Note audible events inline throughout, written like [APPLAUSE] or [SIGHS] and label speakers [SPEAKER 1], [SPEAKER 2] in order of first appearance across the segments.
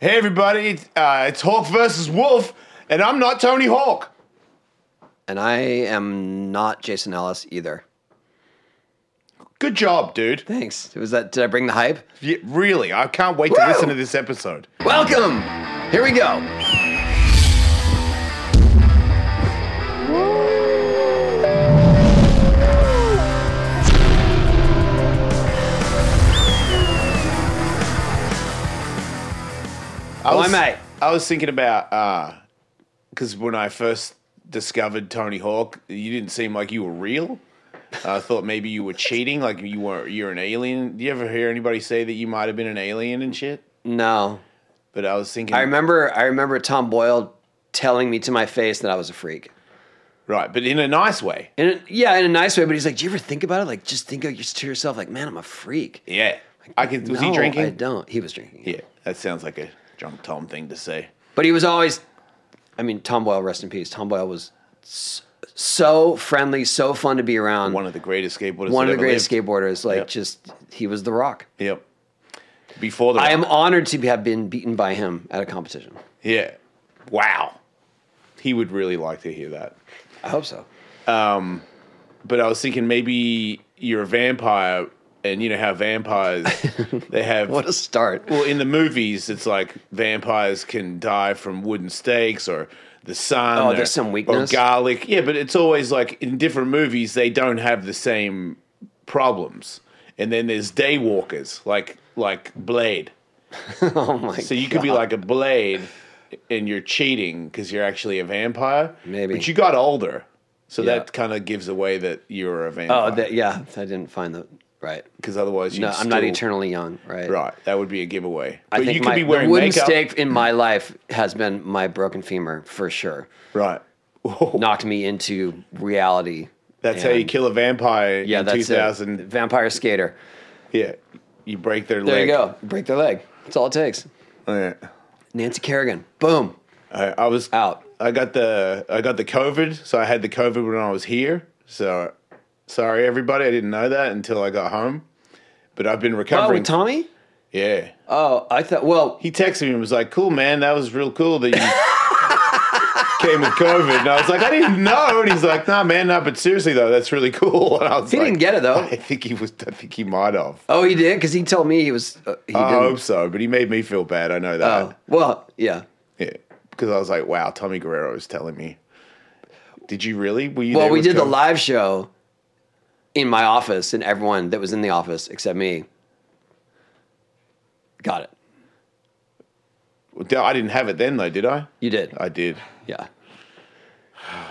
[SPEAKER 1] Hey, everybody, uh, it's Hawk versus Wolf, and I'm not Tony Hawk.
[SPEAKER 2] And I am not Jason Ellis either.
[SPEAKER 1] Good job, dude.
[SPEAKER 2] Thanks. Was that did I bring the hype?
[SPEAKER 1] Ye- really, I can't wait to
[SPEAKER 2] Woo!
[SPEAKER 1] listen to this episode.
[SPEAKER 2] Welcome. Here we go.
[SPEAKER 1] I
[SPEAKER 2] Why,
[SPEAKER 1] was,
[SPEAKER 2] mate?
[SPEAKER 1] I was thinking about, because when I first discovered Tony Hawk, you didn't seem like you were real. I thought maybe you were cheating, like you were you're an alien. Do you ever hear anybody say that you might have been an alien and shit?
[SPEAKER 2] No.
[SPEAKER 1] But I was thinking,
[SPEAKER 2] I remember I remember Tom Boyle telling me to my face that I was a freak.
[SPEAKER 1] right? But in a nice way.
[SPEAKER 2] And it, yeah, in a nice way, but he's like, "Do you ever think about it? Like just think of your, to yourself like, man, I'm a freak."
[SPEAKER 1] Yeah, I could. Was
[SPEAKER 2] No,
[SPEAKER 1] he drinking?
[SPEAKER 2] I don't. He was drinking.
[SPEAKER 1] Yeah, that sounds like a drunk Tom thing to say.
[SPEAKER 2] But he was always, I mean, Tom Boyle, rest in peace. Tom Boyle was s- so friendly, so fun to be around.
[SPEAKER 1] One of the greatest skateboarders.
[SPEAKER 2] One
[SPEAKER 1] that
[SPEAKER 2] of the
[SPEAKER 1] ever
[SPEAKER 2] greatest
[SPEAKER 1] lived.
[SPEAKER 2] skateboarders. Like,
[SPEAKER 1] Yep.
[SPEAKER 2] just, he was the rock.
[SPEAKER 1] Yep. Before the
[SPEAKER 2] I am honored to have been beaten by him at a competition.
[SPEAKER 1] yeah. Wow. He would really like to hear that.
[SPEAKER 2] I hope so.
[SPEAKER 1] But I was thinking maybe you're a vampire, and you know how
[SPEAKER 2] [LAUGHS]
[SPEAKER 1] vampires they have.
[SPEAKER 2] What a start.
[SPEAKER 1] well, in the movies, it's like vampires can die from wooden stakes or the sun.
[SPEAKER 2] Oh,
[SPEAKER 1] or-
[SPEAKER 2] there's some weakness.
[SPEAKER 1] Or garlic. Yeah, but it's always like in different movies, they don't have the same problems. And then there's daywalkers, like like Blade.
[SPEAKER 2] Oh my
[SPEAKER 1] So you
[SPEAKER 2] [LAUGHS]
[SPEAKER 1] could be like a blade, and you're cheating because you're actually a vampire.
[SPEAKER 2] Maybe.
[SPEAKER 1] but you got older, so
[SPEAKER 2] Yeah.
[SPEAKER 1] that kind of gives away that you're a
[SPEAKER 2] Oh,
[SPEAKER 1] vampire.
[SPEAKER 2] that, yeah. I didn't find the right.
[SPEAKER 1] Because otherwise, you
[SPEAKER 2] No, I'm not eternally young, right?
[SPEAKER 1] Right, that would be a giveaway.
[SPEAKER 2] I
[SPEAKER 1] but
[SPEAKER 2] think
[SPEAKER 1] you could
[SPEAKER 2] my,
[SPEAKER 1] be wearing
[SPEAKER 2] the wooden
[SPEAKER 1] makeup.
[SPEAKER 2] stake in my life has been my broken femur for sure.
[SPEAKER 1] Right. [LAUGHS] Whoa.
[SPEAKER 2] Knocked me into reality.
[SPEAKER 1] that's how you
[SPEAKER 2] and-
[SPEAKER 1] kill a vampire.
[SPEAKER 2] Yeah,
[SPEAKER 1] in
[SPEAKER 2] that's
[SPEAKER 1] 2000.
[SPEAKER 2] it. Vampire skater.
[SPEAKER 1] Yeah, you break their
[SPEAKER 2] There
[SPEAKER 1] leg.
[SPEAKER 2] you go. Break their leg. That's all it takes.
[SPEAKER 1] go. Yeah.
[SPEAKER 2] Nancy Kerrigan. Boom.
[SPEAKER 1] I, I was
[SPEAKER 2] Out.
[SPEAKER 1] I got the I got the COVID, so I had the COVID when I was here. So sorry everybody, I didn't know that until I got home. But I've been
[SPEAKER 2] Oh,
[SPEAKER 1] recovering.
[SPEAKER 2] with Tommy?
[SPEAKER 1] yeah.
[SPEAKER 2] Oh, I thought. Well,
[SPEAKER 1] He texted me and was like, "Cool, man, that was real cool that you
[SPEAKER 2] [LAUGHS]
[SPEAKER 1] came with COVID." And I was like, "I didn't know." And he's like, "Nah, man, nah, but seriously though, that's really cool." [LAUGHS] And I was
[SPEAKER 2] he
[SPEAKER 1] like,
[SPEAKER 2] didn't get it though.
[SPEAKER 1] I think he was. I think he might have.
[SPEAKER 2] Oh, he did because he told me he was. Uh, he
[SPEAKER 1] I hope
[SPEAKER 2] didn't.
[SPEAKER 1] so, but he made me feel bad. I know that.
[SPEAKER 2] Oh, well, yeah.
[SPEAKER 1] Yeah, because I was like, "Wow, Tommy Guerrero is telling me." Did you really? Were you
[SPEAKER 2] Well,
[SPEAKER 1] there
[SPEAKER 2] we
[SPEAKER 1] with
[SPEAKER 2] did the
[SPEAKER 1] COVID?
[SPEAKER 2] live show in my office, and everyone that was in the office except me got it.
[SPEAKER 1] Well, d- I didn't have it then, though, did I?
[SPEAKER 2] You did.
[SPEAKER 1] I did.
[SPEAKER 2] Yeah.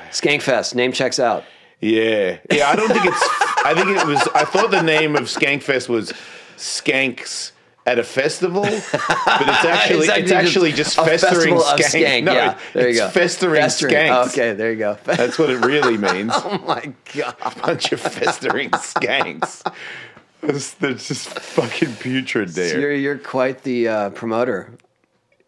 [SPEAKER 2] Skankfest name checks out.
[SPEAKER 1] Yeah, yeah. I don't think it's. I think it was. I thought the name of Skankfest was Skanks at a festival, but
[SPEAKER 2] [LAUGHS]
[SPEAKER 1] it's actually
[SPEAKER 2] Exactly,
[SPEAKER 1] it's actually just,
[SPEAKER 2] a
[SPEAKER 1] festering
[SPEAKER 2] festival of
[SPEAKER 1] skank.
[SPEAKER 2] skank.
[SPEAKER 1] No,
[SPEAKER 2] yeah, there you
[SPEAKER 1] it's
[SPEAKER 2] go.
[SPEAKER 1] Festering, skanks.
[SPEAKER 2] Okay, there you go. [LAUGHS]
[SPEAKER 1] That's what it really means.
[SPEAKER 2] oh my god.
[SPEAKER 1] Bunch of festering skanks. It's, they're just fucking putrid there.
[SPEAKER 2] You're you're quite the uh, promoter.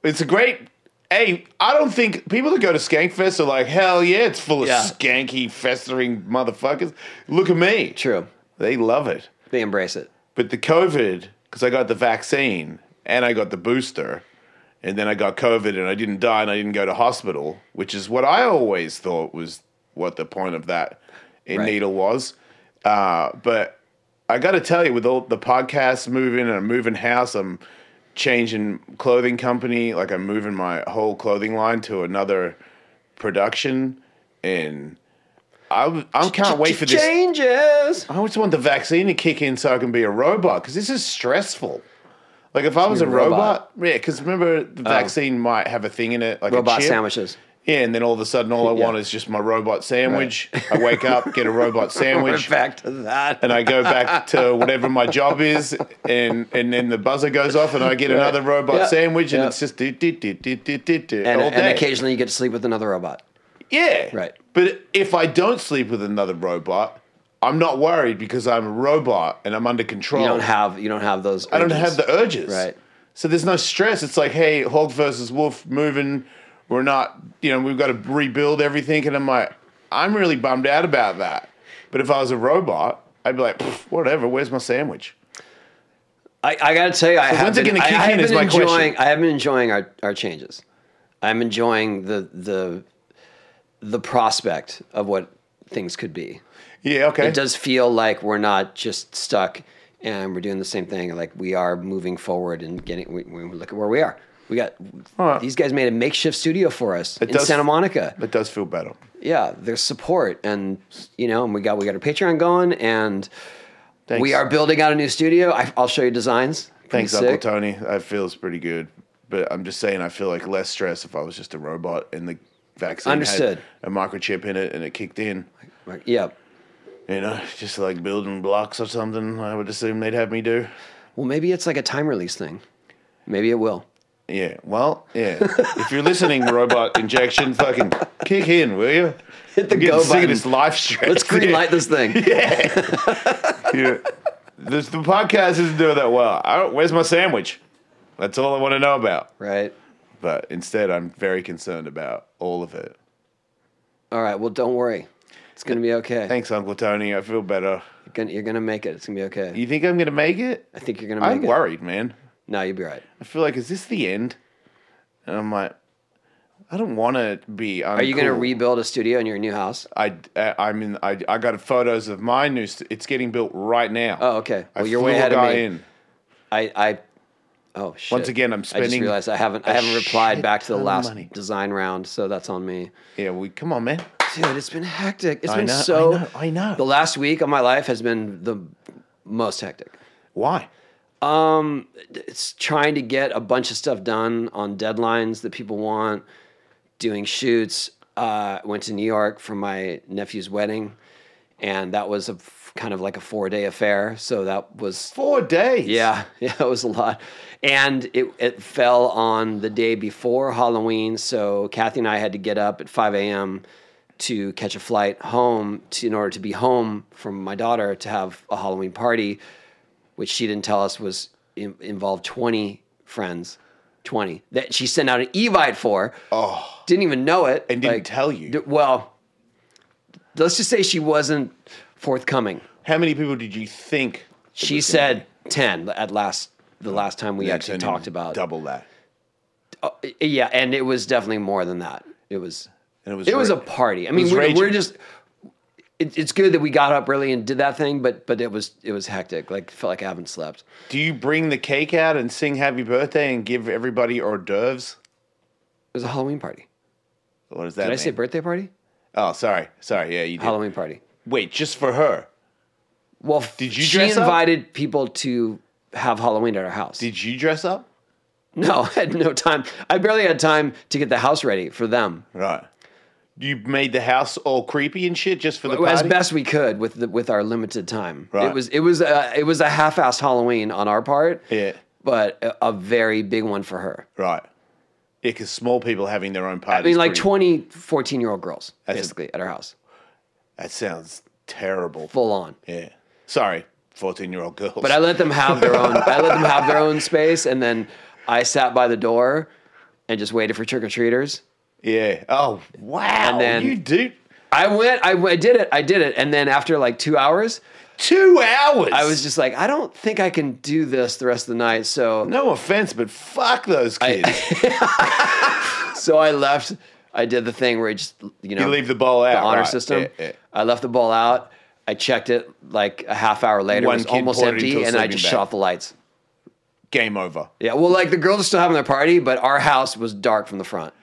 [SPEAKER 1] It's a great. Hey, I don't think people that go to Skankfest are like, hell yeah, it's full of
[SPEAKER 2] Yeah.
[SPEAKER 1] skanky, festering motherfuckers. Look at me.
[SPEAKER 2] True.
[SPEAKER 1] They love it.
[SPEAKER 2] They embrace it.
[SPEAKER 1] But the COVID, because I got the vaccine and I got the booster, and then I got COVID and I didn't die and I didn't go to hospital, which is what I always thought was what the point of that in
[SPEAKER 2] Right.
[SPEAKER 1] needle was. Uh, but I got to tell you, with all the podcasts moving and I'm moving house, I'm changing clothing company, like I'm moving my whole clothing line to another production, and I w- I can't wait for this.
[SPEAKER 2] Changes.
[SPEAKER 1] I just want the vaccine to kick in so I can be a robot because this is stressful. Like if I was a
[SPEAKER 2] You're a robot. Oh.
[SPEAKER 1] robot, yeah, because remember the vaccine might have a thing in it, like a
[SPEAKER 2] Robot
[SPEAKER 1] chip.
[SPEAKER 2] sandwiches.
[SPEAKER 1] Yeah, and then all of a sudden, all I
[SPEAKER 2] Yeah.
[SPEAKER 1] want is just my robot sandwich. I wake up, get a
[SPEAKER 2] [LAUGHS]
[SPEAKER 1] robot
[SPEAKER 2] We're
[SPEAKER 1] sandwich,
[SPEAKER 2] back to that.
[SPEAKER 1] and I go back to whatever my job is, and and then the buzzer goes off, and I get another robot
[SPEAKER 2] Yeah.
[SPEAKER 1] sandwich, and
[SPEAKER 2] Yeah.
[SPEAKER 1] it's just do do do do do do do
[SPEAKER 2] And,
[SPEAKER 1] all
[SPEAKER 2] and
[SPEAKER 1] day.
[SPEAKER 2] occasionally you get to sleep with another robot.
[SPEAKER 1] Yeah.
[SPEAKER 2] Right.
[SPEAKER 1] But if I don't sleep with another robot, I'm not worried because I'm a robot and I'm under control.
[SPEAKER 2] You don't have you don't have those.
[SPEAKER 1] Oh. I don't have the urges.
[SPEAKER 2] Right.
[SPEAKER 1] So there's no stress. It's like, hey, Hog versus Wolf moving. We're not, you know, we've got to rebuild everything. And I'm like, I'm really bummed out about that. But if I was a robot, I'd be like, "Pff, whatever, where's my sandwich?
[SPEAKER 2] I, I gotta tell you, I have
[SPEAKER 1] when's it
[SPEAKER 2] been,
[SPEAKER 1] gonna
[SPEAKER 2] I,
[SPEAKER 1] kick in
[SPEAKER 2] I have
[SPEAKER 1] is
[SPEAKER 2] been
[SPEAKER 1] my question.
[SPEAKER 2] enjoying. I have been enjoying our, our changes. I'm enjoying the the the prospect of what things could be.
[SPEAKER 1] Yeah. Okay.
[SPEAKER 2] It does feel like we're not just stuck and we're doing the same thing. Like we are moving forward and getting. We, we look at where we are. We got these guys made a makeshift studio for us in
[SPEAKER 1] does-
[SPEAKER 2] Santa Monica.
[SPEAKER 1] It does feel better.
[SPEAKER 2] yeah, there's support, and you know, and we got we got our Patreon going, and
[SPEAKER 1] Thanks.
[SPEAKER 2] we are building out a new studio. I, I'll show you designs. Pretty
[SPEAKER 1] Thanks, Uncle
[SPEAKER 2] sick.
[SPEAKER 1] Tony. That feels pretty good. But I'm just saying, I feel like less stress if I was just a robot and the vaccine
[SPEAKER 2] Understood.
[SPEAKER 1] had a microchip in it and it kicked in.
[SPEAKER 2] Like, yeah.
[SPEAKER 1] You know, just like building blocks or something. I would assume they'd have me do.
[SPEAKER 2] Well, maybe it's like a time release thing. Maybe
[SPEAKER 1] [LAUGHS]
[SPEAKER 2] it will.
[SPEAKER 1] Yeah. Well, yeah. if you're listening, robot injection, fucking kick in, will you?
[SPEAKER 2] Hit the
[SPEAKER 1] I'm getting
[SPEAKER 2] go
[SPEAKER 1] sick of
[SPEAKER 2] button.
[SPEAKER 1] this life stress.
[SPEAKER 2] Let's green light this thing.
[SPEAKER 1] [LAUGHS] Yeah. This, the podcast isn't doing that well. I don't, where's my sandwich? That's all I want to know about.
[SPEAKER 2] Right.
[SPEAKER 1] But instead, I'm very concerned about all of it.
[SPEAKER 2] All right. Well, don't worry. It's gonna be okay.
[SPEAKER 1] Thanks, Uncle Tony. I feel better.
[SPEAKER 2] You're gonna, you're gonna make it. It's gonna be okay.
[SPEAKER 1] You think I'm gonna make it?
[SPEAKER 2] I think you're gonna make
[SPEAKER 1] I'm
[SPEAKER 2] it.
[SPEAKER 1] worried, man.
[SPEAKER 2] No, you'll be right.
[SPEAKER 1] I feel like, is this the end? And I'm like, I don't want to be. Uncool.
[SPEAKER 2] Are you gonna rebuild a studio in your new house?
[SPEAKER 1] I, I, I'm in. I, I got photos of my new. St- it's getting built right now.
[SPEAKER 2] Oh, okay.
[SPEAKER 1] I
[SPEAKER 2] Well, you're
[SPEAKER 1] flew
[SPEAKER 2] way
[SPEAKER 1] a
[SPEAKER 2] ahead of
[SPEAKER 1] guy
[SPEAKER 2] me.
[SPEAKER 1] in.
[SPEAKER 2] I, I oh shit.
[SPEAKER 1] Once again, I'm
[SPEAKER 2] I just
[SPEAKER 1] spending
[SPEAKER 2] realized I haven't I
[SPEAKER 1] a
[SPEAKER 2] haven't replied
[SPEAKER 1] shit
[SPEAKER 2] back to the
[SPEAKER 1] ton of
[SPEAKER 2] last
[SPEAKER 1] money.
[SPEAKER 2] design round, so that's on me.
[SPEAKER 1] Yeah, we come on, man.
[SPEAKER 2] Dude, it's been hectic. It's
[SPEAKER 1] I
[SPEAKER 2] been
[SPEAKER 1] know, I
[SPEAKER 2] so.
[SPEAKER 1] know, I know.
[SPEAKER 2] The last week of my life has been the most hectic.
[SPEAKER 1] Why?
[SPEAKER 2] Um, it's trying to get a bunch of stuff done on deadlines that people want. Doing shoots. Uh, went to New York for my nephew's wedding, and that was a f- kind of like a four day affair. So that was
[SPEAKER 1] Four days.
[SPEAKER 2] yeah, [LAUGHS] yeah, it was a lot. And it, it fell on the day before Halloween. So Kathy and I had to get up at 5 a.m. to catch a flight home to, in order to be home from my daughter to have a Halloween party, which she didn't tell us was in, involved 20 friends. 20 that she sent out an evite for.
[SPEAKER 1] Oh,
[SPEAKER 2] Didn't even know it.
[SPEAKER 1] and didn't tell you.
[SPEAKER 2] d- well, let's just say she wasn't forthcoming.
[SPEAKER 1] How many people did you think?
[SPEAKER 2] She said ten at last. The last time we actually
[SPEAKER 1] And
[SPEAKER 2] talked about.
[SPEAKER 1] double that?
[SPEAKER 2] Oh, yeah, and it was definitely more than that. It was.
[SPEAKER 1] And it was
[SPEAKER 2] It was a
[SPEAKER 1] ra-
[SPEAKER 2] party. I
[SPEAKER 1] it was
[SPEAKER 2] mean, we're,
[SPEAKER 1] raging.
[SPEAKER 2] we're just. It, it's good that we got up early and did that thing, but but it was it was hectic. Like felt like I haven't slept.
[SPEAKER 1] Do you bring the cake out and sing happy birthday and give everybody hors d'oeuvres?
[SPEAKER 2] It was a Halloween party.
[SPEAKER 1] What does that
[SPEAKER 2] Did I
[SPEAKER 1] mean?
[SPEAKER 2] say birthday party?
[SPEAKER 1] oh, sorry. Sorry. Yeah, you did.
[SPEAKER 2] Halloween party.
[SPEAKER 1] Wait, just for her.
[SPEAKER 2] Well,
[SPEAKER 1] Did you
[SPEAKER 2] She
[SPEAKER 1] dress up?
[SPEAKER 2] invited people to have Halloween at our house.
[SPEAKER 1] Did you dress up?
[SPEAKER 2] no, [LAUGHS] I had no time. I barely had time to get the house ready for them.
[SPEAKER 1] Right. You made the house all creepy and shit just for the
[SPEAKER 2] as
[SPEAKER 1] party?
[SPEAKER 2] best we could with the, with our limited time.
[SPEAKER 1] Right.
[SPEAKER 2] It was it was a, it was a half-assed Halloween on our part.
[SPEAKER 1] Yeah.
[SPEAKER 2] But a, a very big one for her.
[SPEAKER 1] Right. Yeah, because small people having their own
[SPEAKER 2] I
[SPEAKER 1] parties.
[SPEAKER 2] mean, like
[SPEAKER 1] pretty-
[SPEAKER 2] 20 14 year old girls,
[SPEAKER 1] That's a-
[SPEAKER 2] basically, at our house,
[SPEAKER 1] That sounds terrible.
[SPEAKER 2] full on.
[SPEAKER 1] Yeah. Sorry, 14 year old girls.
[SPEAKER 2] But I let them have their
[SPEAKER 1] [LAUGHS]
[SPEAKER 2] own. I let them have their own space, and then I sat by the door and just waited for trick or treaters.
[SPEAKER 1] Yeah. Oh, wow.
[SPEAKER 2] then-
[SPEAKER 1] you do
[SPEAKER 2] I went, I, I did it, I did it, and then after like two hours,
[SPEAKER 1] two hours.
[SPEAKER 2] I was just like, I don't think I can do this the rest of the night. So
[SPEAKER 1] No offense, but fuck those kids.
[SPEAKER 2] [LAUGHS] So I left. I did the thing where I just, you know,
[SPEAKER 1] You leave the ball out.
[SPEAKER 2] the honor
[SPEAKER 1] right.
[SPEAKER 2] system.
[SPEAKER 1] Yeah, yeah.
[SPEAKER 2] I left the ball out. I checked it like a half hour later.
[SPEAKER 1] One
[SPEAKER 2] it was
[SPEAKER 1] kid
[SPEAKER 2] almost
[SPEAKER 1] poured it into
[SPEAKER 2] empty,
[SPEAKER 1] a
[SPEAKER 2] and I
[SPEAKER 1] sleeping
[SPEAKER 2] just
[SPEAKER 1] bag.
[SPEAKER 2] shut off the lights.
[SPEAKER 1] Game over.
[SPEAKER 2] Yeah, well, like the girls are still having their party, but our house was dark from the front.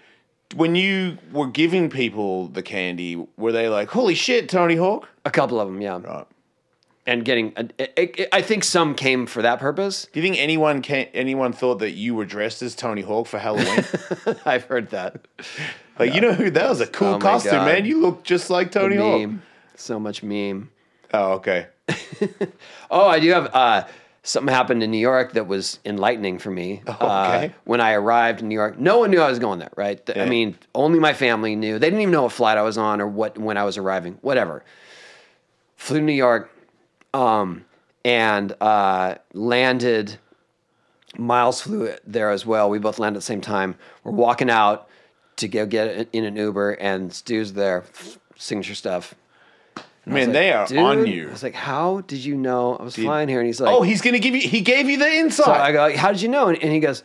[SPEAKER 1] When you were giving people the candy, were they like, "Holy shit, Tony Hawk"?
[SPEAKER 2] A couple of them, yeah.
[SPEAKER 1] Right.
[SPEAKER 2] And getting, uh, I- I I think some came for that purpose. [LAUGHS]
[SPEAKER 1] Do you think anyone can, anyone thought that you were dressed as Tony Hawk for
[SPEAKER 2] [LAUGHS]
[SPEAKER 1] Halloween?
[SPEAKER 2] I've heard that.
[SPEAKER 1] like, you know who? That was a cool
[SPEAKER 2] Oh my
[SPEAKER 1] costume,
[SPEAKER 2] God.
[SPEAKER 1] man. You look just like Tony Hawk.
[SPEAKER 2] Meme, so much meme.
[SPEAKER 1] Oh, okay.
[SPEAKER 2] Oh, I do have uh, something happened in New York that was enlightening
[SPEAKER 1] [LAUGHS]
[SPEAKER 2] for me. Uh,
[SPEAKER 1] Okay.
[SPEAKER 2] when I arrived in New York, no one knew I was going there, right? Th- I
[SPEAKER 1] Yeah.
[SPEAKER 2] mean, only my family knew. They didn't even know what flight I was on or what when I was arriving, whatever. Flew to New York um, and uh, landed. Miles flew there as well. We both landed at the same time. We're walking out to go get in an Uber, and Stu's there, signature stuff. I was
[SPEAKER 1] Man, they are on
[SPEAKER 2] "Dude,"
[SPEAKER 1] you.
[SPEAKER 2] I was like, how did you know I was flying here? And he's like,
[SPEAKER 1] oh, he's gonna give you. He gave you the insight.
[SPEAKER 2] So I go, how did you know? And, and he goes,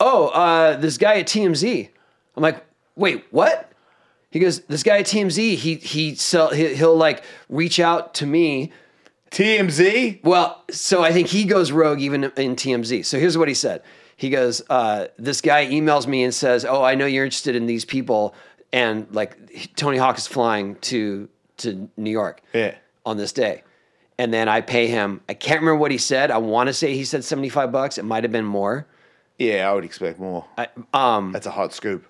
[SPEAKER 2] oh, uh, this guy at TMZ. I'm like, wait, what? He goes, this guy at TMZ. He he sell he, he'll like reach out to me.
[SPEAKER 1] TMZ.
[SPEAKER 2] Well, so I think he goes rogue even in TMZ. So here's what he said. He goes, uh, this guy emails me and says, oh, I know you're interested in these people, and like Tony Hawk is flying to to New York
[SPEAKER 1] Yeah.
[SPEAKER 2] on this day. And then I pay him. I can't remember what he said. I want to say he said 75 bucks. It might have been more.
[SPEAKER 1] Yeah, I would expect more.
[SPEAKER 2] I, um,
[SPEAKER 1] That's a hot scoop.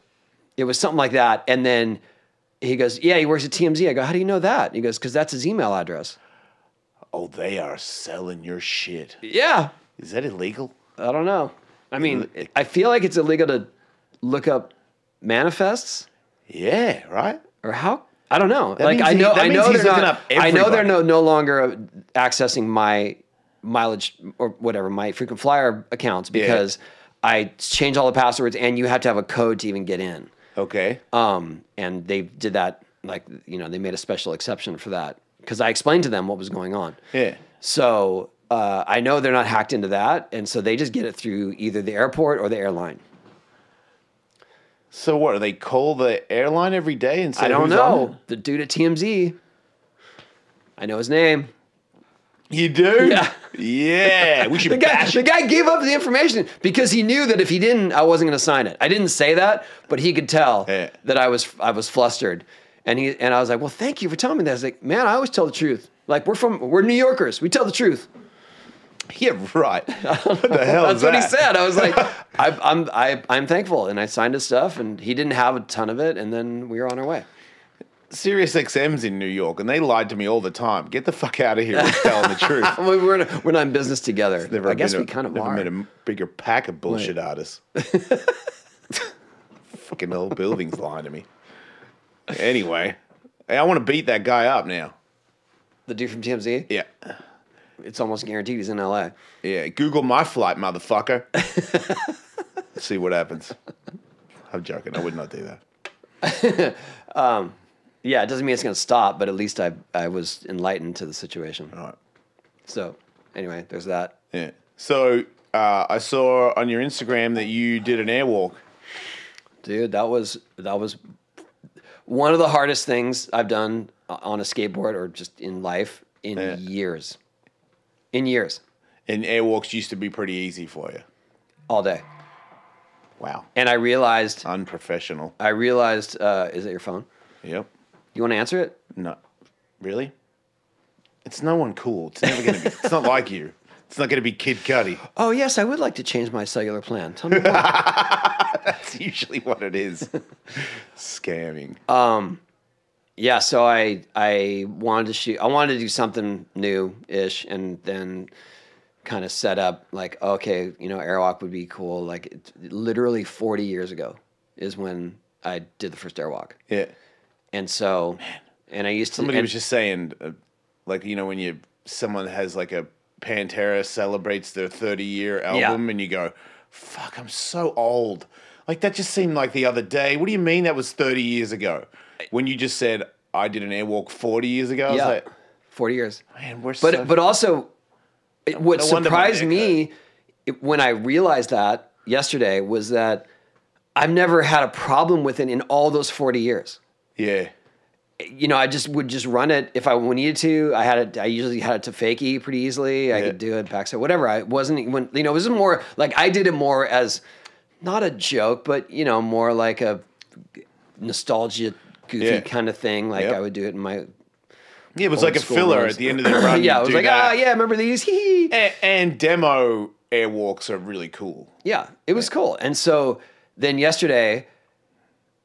[SPEAKER 2] it was something like that. And then he goes, Yeah, he works at TMZ. I go, How do you know that? He goes, Because that's his email address.
[SPEAKER 1] Oh, they are selling your shit.
[SPEAKER 2] Yeah.
[SPEAKER 1] Is that illegal?
[SPEAKER 2] I don't know. I mean, I feel like it's illegal to look up manifests
[SPEAKER 1] Yeah, right.
[SPEAKER 2] or how. I don't know. like
[SPEAKER 1] means
[SPEAKER 2] I know,
[SPEAKER 1] he- that
[SPEAKER 2] I
[SPEAKER 1] means
[SPEAKER 2] know
[SPEAKER 1] he's
[SPEAKER 2] they're
[SPEAKER 1] looking
[SPEAKER 2] not.
[SPEAKER 1] up
[SPEAKER 2] I know they're
[SPEAKER 1] everybody.
[SPEAKER 2] no, no longer uh, accessing my mileage or whatever my frequent flyer accounts because I change all the passwords and you have to have a code to even get in.
[SPEAKER 1] Okay.
[SPEAKER 2] Um, and they did that, like, you know, they made a special exception for that because I explained to them what was going on.
[SPEAKER 1] Yeah.
[SPEAKER 2] So uh, I know they're not hacked into that. And so they just get it through either the airport or the airline.
[SPEAKER 1] So what? Do they call the airline every day and say?
[SPEAKER 2] I don't
[SPEAKER 1] who's on
[SPEAKER 2] know. The dude at TMZ, I know his name.
[SPEAKER 1] it? You do?
[SPEAKER 2] [LAUGHS] Yeah.
[SPEAKER 1] Yeah. We should
[SPEAKER 2] [LAUGHS] The guy,
[SPEAKER 1] bash
[SPEAKER 2] the guy gave up the information because he knew that if he didn't, I wasn't going to sign it. I didn't say that, but he could tell
[SPEAKER 1] Yeah.
[SPEAKER 2] that I was I was flustered, and he and I was like, "Well, thank you for telling me that." I was like, "Man, I always tell the truth. Like we're from we're New Yorkers. We tell the truth."
[SPEAKER 1] Yeah,
[SPEAKER 2] [LAUGHS]
[SPEAKER 1] right. What the hell
[SPEAKER 2] That's
[SPEAKER 1] is
[SPEAKER 2] what he
[SPEAKER 1] that?
[SPEAKER 2] said. I
[SPEAKER 1] [LAUGHS]
[SPEAKER 2] was like, I, "I'm I, I'm thankful," and I signed his stuff, and he didn't have a ton of it, and then we were on our way.
[SPEAKER 1] Sirius XM's in New York, and they lied to me all the time. Get the fuck out of here with telling the truth.
[SPEAKER 2] I mean, we're in- we're not in business together.
[SPEAKER 1] Never
[SPEAKER 2] I guess
[SPEAKER 1] been
[SPEAKER 2] we
[SPEAKER 1] a-
[SPEAKER 2] kind of
[SPEAKER 1] never
[SPEAKER 2] are.
[SPEAKER 1] met a m- bigger pack of bullshit
[SPEAKER 2] [LAUGHS]
[SPEAKER 1] artists. Fucking whole building's lying to me. Anyway, hey, I want to beat that guy up now.
[SPEAKER 2] the dude from TMZ.
[SPEAKER 1] Yeah,
[SPEAKER 2] It's almost guaranteed he's in LA.
[SPEAKER 1] yeah. Google my flight, motherfucker.
[SPEAKER 2] [LAUGHS]
[SPEAKER 1] See what happens. I'm joking. I would not do that.
[SPEAKER 2] Yeah, it doesn't mean it's going to stop, but at least I I was enlightened to the situation.
[SPEAKER 1] All right.
[SPEAKER 2] So anyway, there's that.
[SPEAKER 1] Yeah. So uh, I saw on your Instagram that you did an airwalk.
[SPEAKER 2] Dude, that was that was one of the hardest things I've done o- on a skateboard or just in life in
[SPEAKER 1] Yeah.
[SPEAKER 2] years. In years,
[SPEAKER 1] And airwalks used to be pretty easy for you.
[SPEAKER 2] all day.
[SPEAKER 1] Wow.
[SPEAKER 2] And I realized
[SPEAKER 1] Unprofessional.
[SPEAKER 2] I realized uh, is that your phone?
[SPEAKER 1] Yep.
[SPEAKER 2] You want to answer it?
[SPEAKER 1] No. Really? It's no one cool. It's never gonna be it's [LAUGHS] not like you. It's not gonna be Kid Cudi.
[SPEAKER 2] Oh yes, I would like to change my cellular plan. Tell [LAUGHS] me
[SPEAKER 1] [LAUGHS]
[SPEAKER 2] more.
[SPEAKER 1] That's usually what it is. [LAUGHS] Uh, Scamming.
[SPEAKER 2] yeah, so I I wanted to shoot. I wanted to do something new ish, and then kind of set up like okay, you know, airwalk would be cool. Like it, literally 40 years ago is when I did the first airwalk,
[SPEAKER 1] yeah.
[SPEAKER 2] and so and I used to
[SPEAKER 1] Somebody
[SPEAKER 2] and-
[SPEAKER 1] was just saying uh, like you know when you someone has like a Pantera celebrates their 30 year album and you go, "Fuck, I'm so old." Like that just seemed like the other day. What do you mean that was 30 years ago? When you just said I did an airwalk 40 years ago, I was
[SPEAKER 2] yeah,
[SPEAKER 1] like,
[SPEAKER 2] 40 years.
[SPEAKER 1] "Man, we're
[SPEAKER 2] But
[SPEAKER 1] so
[SPEAKER 2] but also, it, what
[SPEAKER 1] No wonder my
[SPEAKER 2] surprised
[SPEAKER 1] dick
[SPEAKER 2] me it, when I realized that yesterday was that I've never had a problem with it in all those 40 years.
[SPEAKER 1] yeah."
[SPEAKER 2] you know, I just would just run it if I needed to. I had it. I usually had it to fakie pretty easily. I
[SPEAKER 1] Yeah.
[SPEAKER 2] could do it backside, whatever. I wasn't when you know. It was more like I did it more as not a joke, but you know, more like a nostalgia, goofy
[SPEAKER 1] Yeah.
[SPEAKER 2] kind of thing. Like
[SPEAKER 1] Yep.
[SPEAKER 2] I would do it in my
[SPEAKER 1] Yeah, it was
[SPEAKER 2] old
[SPEAKER 1] like a
[SPEAKER 2] school
[SPEAKER 1] filler
[SPEAKER 2] rules.
[SPEAKER 1] at the
[SPEAKER 2] [COUGHS]
[SPEAKER 1] end of their run.
[SPEAKER 2] [CLEARS THROAT] yeah. I
[SPEAKER 1] you'd
[SPEAKER 2] was
[SPEAKER 1] do
[SPEAKER 2] like,
[SPEAKER 1] that.
[SPEAKER 2] ah, yeah, remember these? [LAUGHS] Hee hee.
[SPEAKER 1] And, and demo airwalks are really cool.
[SPEAKER 2] Yeah, it was cool. And so then yesterday,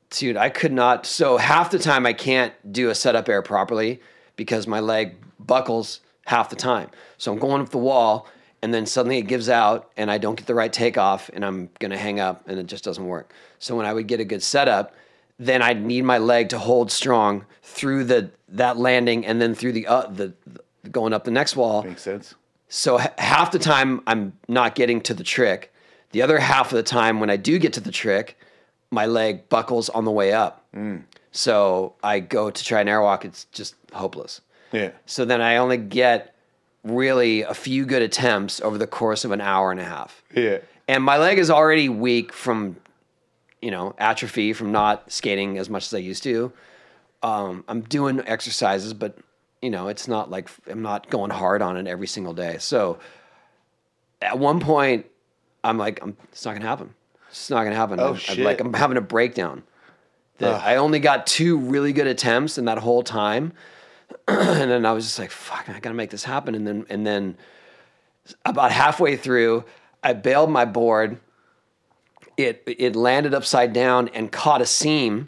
[SPEAKER 2] dude, I could not. So half the time I can't do a setup air properly because my leg buckles half the time. So I'm going up the wall and then suddenly it gives out and I don't get the right takeoff and I'm going to hang up and it just doesn't work. So when I would get a good setup, then I'd need my leg to hold strong through the that landing and then through the uh, the, the going up the next wall.
[SPEAKER 1] Makes sense.
[SPEAKER 2] So h- half the time I'm not getting to the trick. The other half of the time when I do get to the trick, my leg buckles on the way up. So I go to try an airwalk. It's just hopeless.
[SPEAKER 1] Yeah.
[SPEAKER 2] So then I only get really a few good attempts over the course of an hour and a half.
[SPEAKER 1] Yeah.
[SPEAKER 2] And my leg is already weak from, you know, atrophy from not skating as much as I used to. Um, I'm doing exercises, but, you know, it's not like I'm not going hard on it every single day. So at one point, I'm like, I'm, it's not going to happen. It's not going to happen. I'm, I'm
[SPEAKER 1] shit.
[SPEAKER 2] like, I'm having a breakdown. That I only got two really good attempts in that whole time. [CLEARS THROAT] and then I was just like, fuck, I got to make this happen. And then, and then, about halfway through, I bailed my board. It it landed upside down and caught a seam,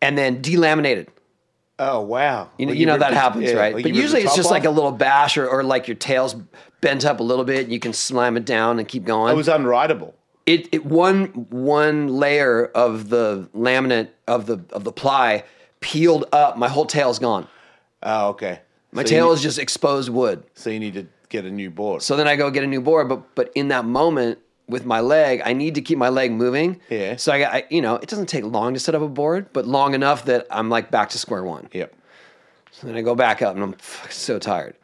[SPEAKER 2] and then delaminated.
[SPEAKER 1] Oh wow.
[SPEAKER 2] You know, you know that happens, right? but usually it's just like a little bash or, or like your tail's bent up a little bit and you can slam it down and keep going.
[SPEAKER 1] It was unrideable.
[SPEAKER 2] it, it one one layer of the laminate of the of the ply peeled up. My whole tail's gone.
[SPEAKER 1] Oh okay.
[SPEAKER 2] My
[SPEAKER 1] so
[SPEAKER 2] tail
[SPEAKER 1] You,
[SPEAKER 2] is just exposed wood.
[SPEAKER 1] so you need to get a new board.
[SPEAKER 2] So then I go get a new board, but but in that moment with my leg, I need to keep my leg moving.
[SPEAKER 1] Yeah.
[SPEAKER 2] So I, got- I you know, it doesn't take long to set up a board, but long enough that I'm like back to square one.
[SPEAKER 1] yep.
[SPEAKER 2] So then I go back up and I'm fuck, so tired.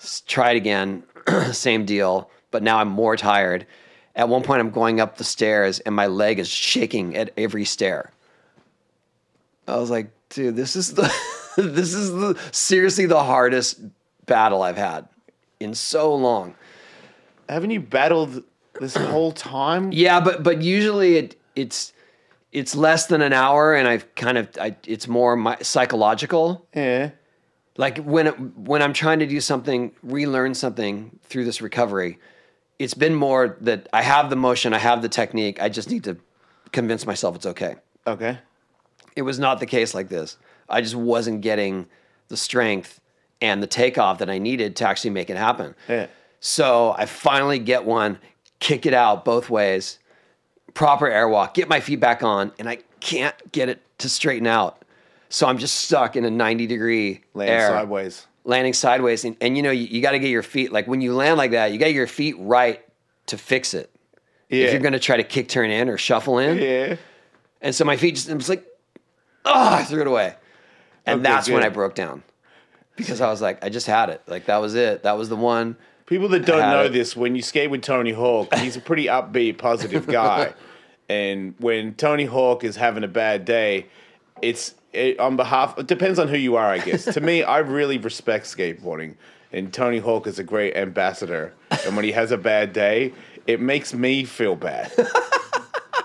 [SPEAKER 2] S- try it again, [CLEARS THROAT] same deal, but now I'm more tired. At one point, I'm going up the stairs and my leg is shaking at every stair. I was like, dude, this is the [LAUGHS] this is the seriously the hardest battle I've had in so long.
[SPEAKER 1] Haven't you battled this whole time?
[SPEAKER 2] [COUGHS] Yeah, but but usually it it's it's less than an hour, and I've kind of I, it's more my, psychological.
[SPEAKER 1] Yeah.
[SPEAKER 2] Like when it, when I'm trying to do something, relearn something through this recovery, it's been more that I have the motion, I have the technique, I just need to convince myself it's okay.
[SPEAKER 1] Okay.
[SPEAKER 2] It was not the case like this. I just wasn't getting the strength and the takeoff that I needed to actually make it happen.
[SPEAKER 1] Yeah.
[SPEAKER 2] So I finally get one, kick it out both ways, proper air walk, get my feet back on, and I can't get it to straighten out. So I'm just stuck in a 90 degree
[SPEAKER 1] Land
[SPEAKER 2] air,
[SPEAKER 1] sideways.
[SPEAKER 2] landing sideways. And, and you know, you, you got to get your feet, like when you land like that, you got to get your feet right to fix it.
[SPEAKER 1] Yeah.
[SPEAKER 2] If you're going to try to kick turn in or shuffle in.
[SPEAKER 1] Yeah.
[SPEAKER 2] And so my feet just, I'm just like, oh, I threw it away. And
[SPEAKER 1] Okay,
[SPEAKER 2] that's when
[SPEAKER 1] good.
[SPEAKER 2] I broke down because I was like, I just had it. Like, that was it. That was the one.
[SPEAKER 1] People that don't
[SPEAKER 2] Had
[SPEAKER 1] know
[SPEAKER 2] it.
[SPEAKER 1] this, when you skate with Tony Hawk, he's a pretty upbeat, positive
[SPEAKER 2] [LAUGHS]
[SPEAKER 1] guy. and when Tony Hawk is having a bad day, it's it, on behalf. It depends on who you are, I guess. to me, I really respect skateboarding, and Tony Hawk is a great ambassador. And when he has a bad day, it makes me feel
[SPEAKER 2] [LAUGHS]
[SPEAKER 1] bad.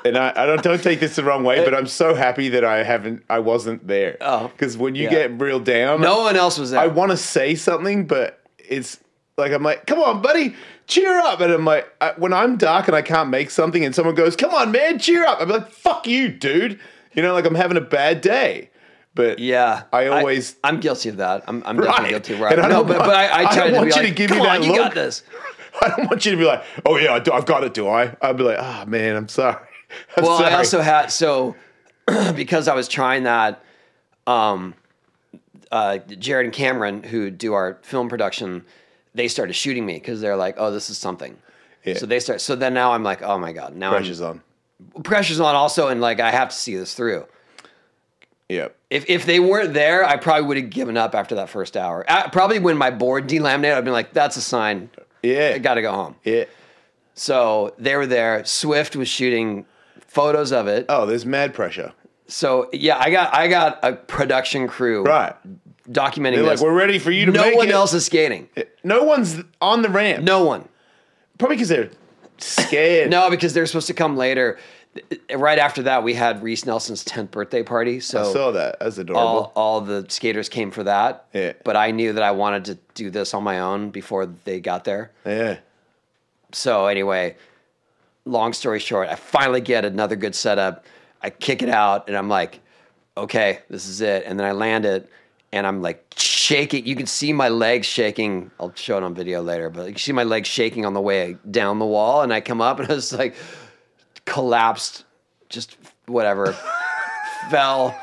[SPEAKER 1] And I, I don't don't take this the wrong way, but I'm so happy that I haven't I wasn't there.
[SPEAKER 2] Oh,
[SPEAKER 1] because when you
[SPEAKER 2] yeah.
[SPEAKER 1] get real down,
[SPEAKER 2] No one else was there.
[SPEAKER 1] I want to say something, but it's like I'm like, come on, buddy, cheer up. And I'm like, I, when I'm dark and I can't make something, and someone goes, come on, man, cheer up. I'm like, fuck you, dude. You know, like I'm having a bad day. But
[SPEAKER 2] Yeah,
[SPEAKER 1] I always-
[SPEAKER 2] I, am guilty of that. I'm, I'm
[SPEAKER 1] Right.
[SPEAKER 2] definitely guilty. Right?
[SPEAKER 1] And I
[SPEAKER 2] No,
[SPEAKER 1] don't
[SPEAKER 2] but,
[SPEAKER 1] want-
[SPEAKER 2] but I, I
[SPEAKER 1] I
[SPEAKER 2] try
[SPEAKER 1] don't
[SPEAKER 2] to
[SPEAKER 1] want
[SPEAKER 2] be
[SPEAKER 1] you to
[SPEAKER 2] like,
[SPEAKER 1] give me
[SPEAKER 2] come
[SPEAKER 1] that
[SPEAKER 2] on, you
[SPEAKER 1] look."
[SPEAKER 2] got this.
[SPEAKER 1] [LAUGHS] I don't want you to be like, oh yeah, I, do, I've got it, do I? I'd be like, ah, man, I'm sorry. [LAUGHS] I'm
[SPEAKER 2] Well,
[SPEAKER 1] sorry.
[SPEAKER 2] I also had so [CLEARS THROAT] because I was trying that. Um, uh, Jared and Cameron, who do our film production, they started shooting me because they're like, "Oh, this is something."
[SPEAKER 1] Yeah.
[SPEAKER 2] So they start. So then now I'm like, "Oh my god!" Now
[SPEAKER 1] pressure's on.
[SPEAKER 2] I'm, pressure's on also, and like I have to see this through.
[SPEAKER 1] Yep.
[SPEAKER 2] If, if they weren't there, I probably would have given up after that first hour. Uh probably when my board delaminated, I'd been like, "That's a sign.
[SPEAKER 1] Yeah.
[SPEAKER 2] I got to go home."
[SPEAKER 1] yeah.
[SPEAKER 2] So they were there. Swift was shooting photos of it.
[SPEAKER 1] Oh, there's mad pressure.
[SPEAKER 2] So yeah, I got I got a production crew
[SPEAKER 1] Right.
[SPEAKER 2] documenting
[SPEAKER 1] They're like,
[SPEAKER 2] this.
[SPEAKER 1] we're ready for you to
[SPEAKER 2] no
[SPEAKER 1] make
[SPEAKER 2] one
[SPEAKER 1] it.
[SPEAKER 2] else is skating.
[SPEAKER 1] No one's on the ramp.
[SPEAKER 2] No one.
[SPEAKER 1] Probably because they're scared.
[SPEAKER 2] No, because they're supposed to come later. Right after that, we had Reese Nelson's 10th birthday party. So
[SPEAKER 1] I saw that. That's adorable.
[SPEAKER 2] all, all the skaters came for that.
[SPEAKER 1] Yeah.
[SPEAKER 2] But I knew that I wanted to do this on my own before they got there.
[SPEAKER 1] Yeah.
[SPEAKER 2] So anyway, long story short, I finally get another good setup. I kick it out and I'm like, okay, this is it. And then I land it and I'm like shaking. You can see my legs shaking. I'll show it on video later, but you can see my legs shaking on the way down the wall. And I come up and [LAUGHS] I was like collapsed, just whatever, fell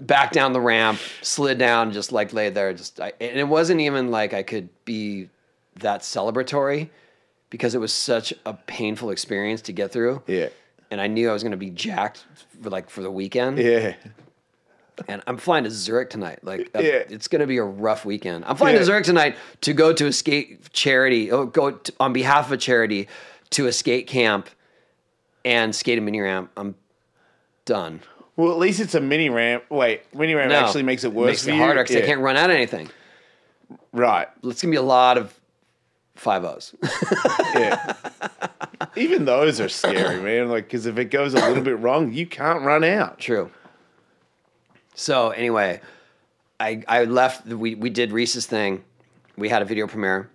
[SPEAKER 2] back down the ramp, slid down, just like laid there. Just I, and it wasn't even like I could be that celebratory because it was such a painful experience to get through.
[SPEAKER 1] Yeah.
[SPEAKER 2] And I knew I was going to be jacked for like for the weekend.
[SPEAKER 1] Yeah.
[SPEAKER 2] and I'm flying to Zurich tonight. Like, uh,
[SPEAKER 1] Yeah.
[SPEAKER 2] it's going to be a rough weekend. I'm flying
[SPEAKER 1] Yeah.
[SPEAKER 2] to Zurich tonight to go to a skate charity, oh, go to, on behalf of a charity to a skate camp and skate a mini ramp. I'm done.
[SPEAKER 1] Well, at least it's a mini ramp. Wait, mini ramp
[SPEAKER 2] No.
[SPEAKER 1] actually makes it worse.
[SPEAKER 2] Makes
[SPEAKER 1] for
[SPEAKER 2] it
[SPEAKER 1] you?
[SPEAKER 2] harder because
[SPEAKER 1] Yeah.
[SPEAKER 2] I can't run out of anything.
[SPEAKER 1] Right.
[SPEAKER 2] It's going to be a lot of five O's. [LAUGHS]
[SPEAKER 1] Yeah. Even those are scary, man. Like, because if it goes a little bit wrong, you can't run out.
[SPEAKER 2] True. So anyway, I I left. We we did Reese's thing. We had a video premiere